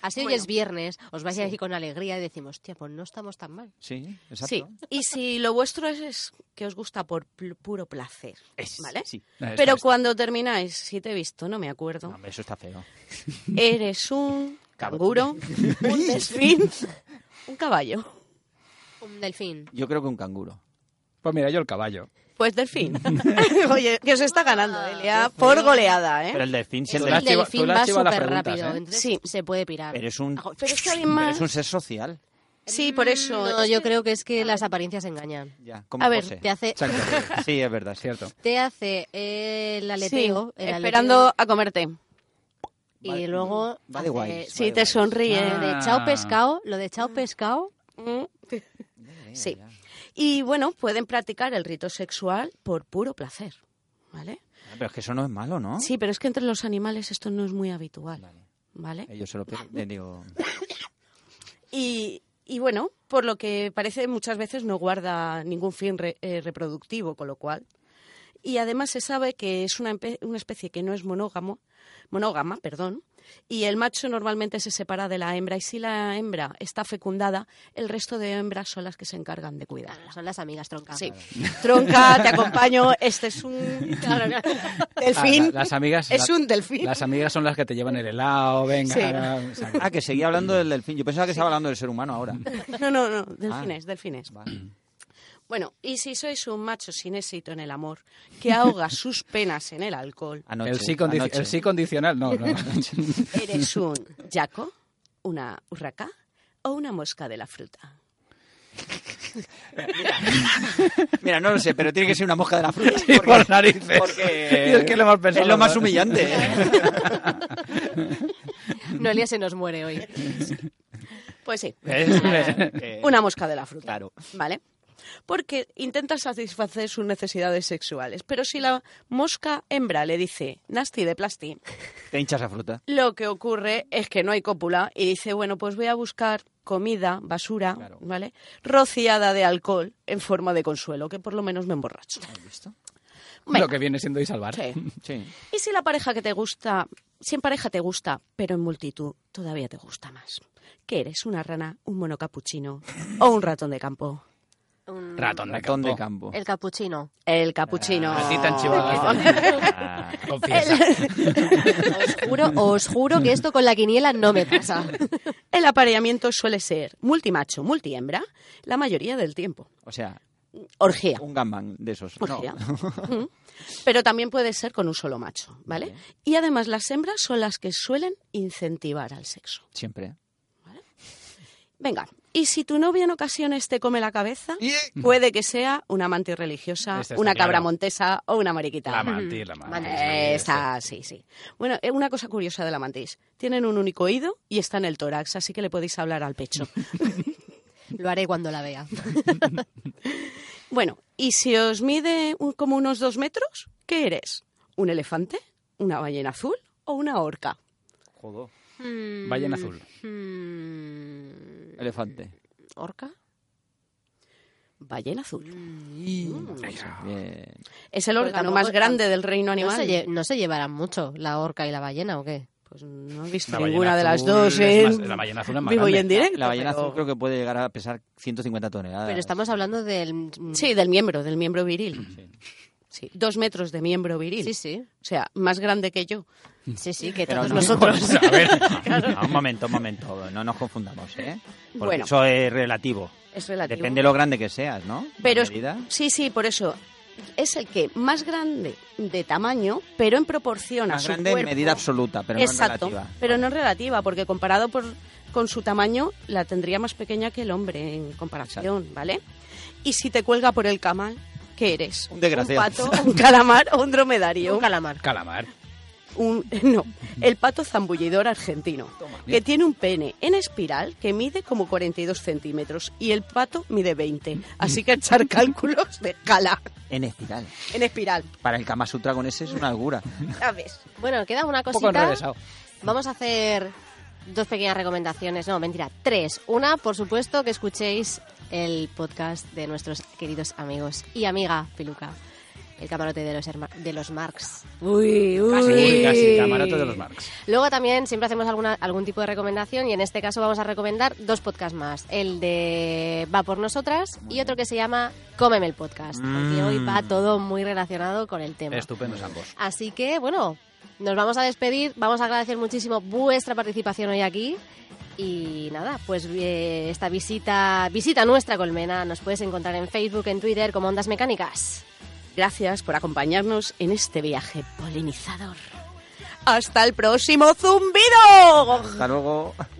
[SPEAKER 3] Así hoy
[SPEAKER 2] Bueno.
[SPEAKER 3] es viernes, os vais
[SPEAKER 2] Sí.
[SPEAKER 3] aquí con alegría y decimos, tía, pues no estamos tan mal.
[SPEAKER 4] Sí, exacto.
[SPEAKER 2] Sí, y si lo vuestro es, es que os gusta por pl- puro placer,
[SPEAKER 4] Es-
[SPEAKER 2] ¿vale?
[SPEAKER 4] sí.
[SPEAKER 5] Eso
[SPEAKER 2] Pero
[SPEAKER 5] es.
[SPEAKER 2] cuando termináis, si te he visto, no me acuerdo,
[SPEAKER 4] Hombre, eso está feo.
[SPEAKER 2] eres un canguro, un delfín, un caballo.
[SPEAKER 3] Un delfín.
[SPEAKER 4] Yo creo que un canguro.
[SPEAKER 5] Pues mira, yo el caballo.
[SPEAKER 2] Pues delfín. Oye, que os está ganando,
[SPEAKER 3] Ah.
[SPEAKER 2] Elia, por goleada,
[SPEAKER 4] Pero
[SPEAKER 2] ¿eh?
[SPEAKER 4] el delfín se
[SPEAKER 5] Tú
[SPEAKER 4] le-
[SPEAKER 5] la
[SPEAKER 3] El
[SPEAKER 5] has lleva- tú
[SPEAKER 3] delfín
[SPEAKER 5] la has
[SPEAKER 3] va
[SPEAKER 5] llevado las
[SPEAKER 3] súper
[SPEAKER 5] preguntas,
[SPEAKER 3] rápido,
[SPEAKER 5] ¿eh?
[SPEAKER 3] entonces
[SPEAKER 2] Sí.
[SPEAKER 3] se puede pirar.
[SPEAKER 4] Pero es un,
[SPEAKER 2] Pero es que además-
[SPEAKER 4] es un ser social.
[SPEAKER 2] Sí, por eso.
[SPEAKER 3] Mm, No,
[SPEAKER 2] es
[SPEAKER 3] yo
[SPEAKER 2] que-
[SPEAKER 3] creo que es que las apariencias engañan.
[SPEAKER 4] Ya, como
[SPEAKER 2] A ver,
[SPEAKER 4] José.
[SPEAKER 3] Te hace,
[SPEAKER 4] Sí, es verdad. sí.
[SPEAKER 5] Cierto.
[SPEAKER 3] te hace el
[SPEAKER 2] Sí,
[SPEAKER 3] aleteo, el
[SPEAKER 2] esperando
[SPEAKER 3] aleteo,
[SPEAKER 2] a comerte.
[SPEAKER 3] y luego
[SPEAKER 4] va de guays.
[SPEAKER 3] hace-
[SPEAKER 4] Sí,
[SPEAKER 2] Sí,
[SPEAKER 4] Vale,
[SPEAKER 2] te
[SPEAKER 4] vale.
[SPEAKER 2] sonríe.
[SPEAKER 3] Lo de chao pescado, lo de chao pescado,
[SPEAKER 4] Ah.
[SPEAKER 2] Mm. Sí. Y bueno, pueden practicar el rito sexual por puro placer, ¿vale?
[SPEAKER 4] Ah, Pero es que eso no es malo, ¿no?
[SPEAKER 2] Sí, pero es que entre los animales esto no es muy habitual,
[SPEAKER 4] Vale.
[SPEAKER 2] ¿vale?
[SPEAKER 4] Ellos se lo pierden. Digo,
[SPEAKER 2] Y, y bueno, por lo que parece muchas veces no guarda ningún fin re- eh, reproductivo, con lo cual. Y además se sabe que es una, empe- una especie que no es monógamo, monógama, perdón, y el macho normalmente se separa de la hembra y si la hembra está fecundada, el resto de hembras son las que se encargan de cuidarla.
[SPEAKER 3] son las amigas tronca.
[SPEAKER 2] Sí. Tronca, te acompaño. Este es un delfín.
[SPEAKER 5] Ah, la- las amigas-
[SPEAKER 2] Es
[SPEAKER 5] la-
[SPEAKER 2] un delfín.
[SPEAKER 5] Las amigas son las que te llevan el helado, venga.
[SPEAKER 2] Sí.
[SPEAKER 5] ahora, exacto.
[SPEAKER 4] ah, que seguía hablando del delfín. Yo pensaba que estaba hablando del ser humano ahora.
[SPEAKER 2] No, no,
[SPEAKER 5] Ah.
[SPEAKER 2] no. Delfines, delfines.
[SPEAKER 4] Vale.
[SPEAKER 2] Bueno, y si sois un macho sin éxito en el amor, que ahoga sus penas en el alcohol,
[SPEAKER 4] Anoche,
[SPEAKER 5] El sí, condi-
[SPEAKER 4] anoche.
[SPEAKER 5] el sí condicional, no, no.
[SPEAKER 2] ¿eres un yaco, una urraca o una mosca de la fruta?
[SPEAKER 4] Mira, no lo sé, pero tiene que ser una mosca de la fruta.
[SPEAKER 5] Sí, por narices.
[SPEAKER 4] porque-
[SPEAKER 5] Y es que lo hemos pensado.
[SPEAKER 4] Es lo más
[SPEAKER 5] ¿verdad?
[SPEAKER 4] humillante.
[SPEAKER 3] Noelia se nos muere hoy.
[SPEAKER 2] Pues sí,
[SPEAKER 4] Eh,
[SPEAKER 2] una mosca de la fruta.
[SPEAKER 4] Claro.
[SPEAKER 2] ¿Vale? Porque intenta satisfacer sus necesidades sexuales, pero si la mosca hembra le dice nasty de plastín,
[SPEAKER 4] Te hinchas a fruta.
[SPEAKER 2] Lo que ocurre es que no hay cópula y dice, bueno, pues voy a buscar comida, basura, ¿vale? Rociada de alcohol en forma de consuelo, que por lo menos me emborracho.
[SPEAKER 4] ¿Has visto?
[SPEAKER 2] Venga.
[SPEAKER 5] Lo que viene siendo y salvar.
[SPEAKER 2] Sí.
[SPEAKER 4] Sí.
[SPEAKER 2] Y si la pareja que te gusta, si en pareja te gusta, pero en multitud todavía te gusta más. ¿Qué eres? ¿Una rana, un mono capuchino o un ratón de campo?
[SPEAKER 3] Un-
[SPEAKER 5] Ratón de
[SPEAKER 4] Ratón
[SPEAKER 5] campo.
[SPEAKER 4] de campo.
[SPEAKER 3] El capuchino.
[SPEAKER 2] El capuchino.
[SPEAKER 5] A ti te han
[SPEAKER 2] Ah,
[SPEAKER 5] chivado.
[SPEAKER 4] Ah,
[SPEAKER 5] Confiesa.
[SPEAKER 3] Os juro, os juro que esto con la quiniela no me pasa.
[SPEAKER 2] El apareamiento suele ser multimacho, multihembra, la mayoría del tiempo.
[SPEAKER 4] o sea,
[SPEAKER 2] Orgía.
[SPEAKER 4] un gamán de esos. No.
[SPEAKER 2] Orgía. Mm. Pero también puede ser con un solo macho, ¿vale? Y además las hembras son las que suelen incentivar al sexo.
[SPEAKER 4] Siempre.
[SPEAKER 2] Venga, y si tu novia en ocasiones te come la cabeza, puede que sea una amante religiosa,
[SPEAKER 5] Esta está
[SPEAKER 2] una cabra
[SPEAKER 5] clara.
[SPEAKER 2] montesa o una mariquita.
[SPEAKER 5] La mantis, la mantis.
[SPEAKER 3] Mantis.
[SPEAKER 2] Eh, Está, sí, sí. Bueno, eh, una cosa curiosa de la mantis. Tienen un único oído y está en el tórax, así que le podéis hablar al pecho.
[SPEAKER 3] Lo haré cuando la vea.
[SPEAKER 2] Bueno, y si os mide un- como unos dos metros, ¿qué eres? ¿Un elefante? ¿Una ballena azul? ¿O una orca?
[SPEAKER 4] Jodo.
[SPEAKER 3] Hmm,
[SPEAKER 5] Ballena azul.
[SPEAKER 3] Mm,
[SPEAKER 4] Elefante.
[SPEAKER 3] ¿Orca? Mm.
[SPEAKER 2] Ballena azul.
[SPEAKER 5] Ah.
[SPEAKER 4] Bien.
[SPEAKER 2] Es el
[SPEAKER 3] Pero
[SPEAKER 2] órgano
[SPEAKER 3] tampoco-
[SPEAKER 2] más grande del reino
[SPEAKER 3] ¿No
[SPEAKER 2] animal.
[SPEAKER 3] se, lle- no se llevarán mucho la orca y la ballena o qué?
[SPEAKER 2] Pues no he visto
[SPEAKER 5] La
[SPEAKER 2] ninguna
[SPEAKER 5] ballena
[SPEAKER 2] de las
[SPEAKER 5] azul
[SPEAKER 2] dos
[SPEAKER 5] es más-
[SPEAKER 2] en
[SPEAKER 5] la ballena azul es más
[SPEAKER 2] vivo y
[SPEAKER 5] grande.
[SPEAKER 2] en directo.
[SPEAKER 4] La ballena azul
[SPEAKER 2] pero-
[SPEAKER 4] creo que puede llegar a pesar 150 toneladas.
[SPEAKER 3] Pero estamos hablando del...
[SPEAKER 2] Sí, del miembro, del miembro
[SPEAKER 4] Mm,
[SPEAKER 2] viril. Sí, dos metros de miembro viril.
[SPEAKER 3] Sí, sí.
[SPEAKER 2] O sea, más grande que yo.
[SPEAKER 3] Sí, sí, que
[SPEAKER 4] Pero
[SPEAKER 3] todos
[SPEAKER 4] no,
[SPEAKER 3] nosotros.
[SPEAKER 4] no, a ver, no, un momento, un momento. No nos confundamos, ¿eh? Porque
[SPEAKER 2] Bueno.
[SPEAKER 4] eso es relativo.
[SPEAKER 2] Es relativo.
[SPEAKER 4] Depende de lo grande que seas, ¿no?
[SPEAKER 2] Pero
[SPEAKER 4] La
[SPEAKER 2] es-
[SPEAKER 4] medida.
[SPEAKER 2] sí, sí, por eso. Es el que más grande de tamaño, pero en proporción a
[SPEAKER 4] Más
[SPEAKER 2] su
[SPEAKER 4] grande en
[SPEAKER 2] cuerpo.
[SPEAKER 4] medida absoluta, pero
[SPEAKER 2] Exacto,
[SPEAKER 4] no en relativa.
[SPEAKER 2] pero no es relativa, porque comparado por, con su tamaño, la tendría más pequeña que el hombre en comparación, ¿vale? Y si te cuelga por el camal, ¿qué eres?
[SPEAKER 4] Un desgraciado.
[SPEAKER 2] ¿Un pato, un calamar o un dromedario?
[SPEAKER 3] Un calamar.
[SPEAKER 5] Calamar.
[SPEAKER 2] Un- no, el pato zambullidor argentino, que tiene un pene en espiral que mide como 42 centímetros y el pato mide 20. Así que echar cálculos de escala
[SPEAKER 4] En espiral.
[SPEAKER 2] en espiral,
[SPEAKER 4] Para el Kama Sutra con ese es una algura.
[SPEAKER 2] ¿sabes?
[SPEAKER 3] Bueno, queda una
[SPEAKER 5] Un poco
[SPEAKER 3] cosita.
[SPEAKER 5] enrevesado.
[SPEAKER 3] Vamos a hacer dos pequeñas recomendaciones. No, mentira, tres. Una, por supuesto, que escuchéis el podcast de nuestros queridos amigos y amiga Piluca. El camarote de los, herma- de los Marx.
[SPEAKER 2] Uy, uy.
[SPEAKER 5] Casi, casi, camarote de los Marx.
[SPEAKER 3] Luego también siempre hacemos alguna, algún tipo de recomendación y en este caso vamos a recomendar dos podcasts más. El de Va por nosotras y otro que se llama Cómeme el podcast. Porque hoy va todo muy relacionado con el tema.
[SPEAKER 5] Estupendos ambos.
[SPEAKER 3] Así que, bueno, nos vamos a despedir. Vamos a agradecer muchísimo vuestra participación hoy aquí. Y nada, pues eh, esta visita, visita nuestra colmena, nos puedes encontrar en Facebook, en Twitter, como Ondas Mecánicas.
[SPEAKER 2] Gracias por acompañarnos en este viaje polinizador. ¡Hasta el próximo zumbido!
[SPEAKER 4] Hasta luego.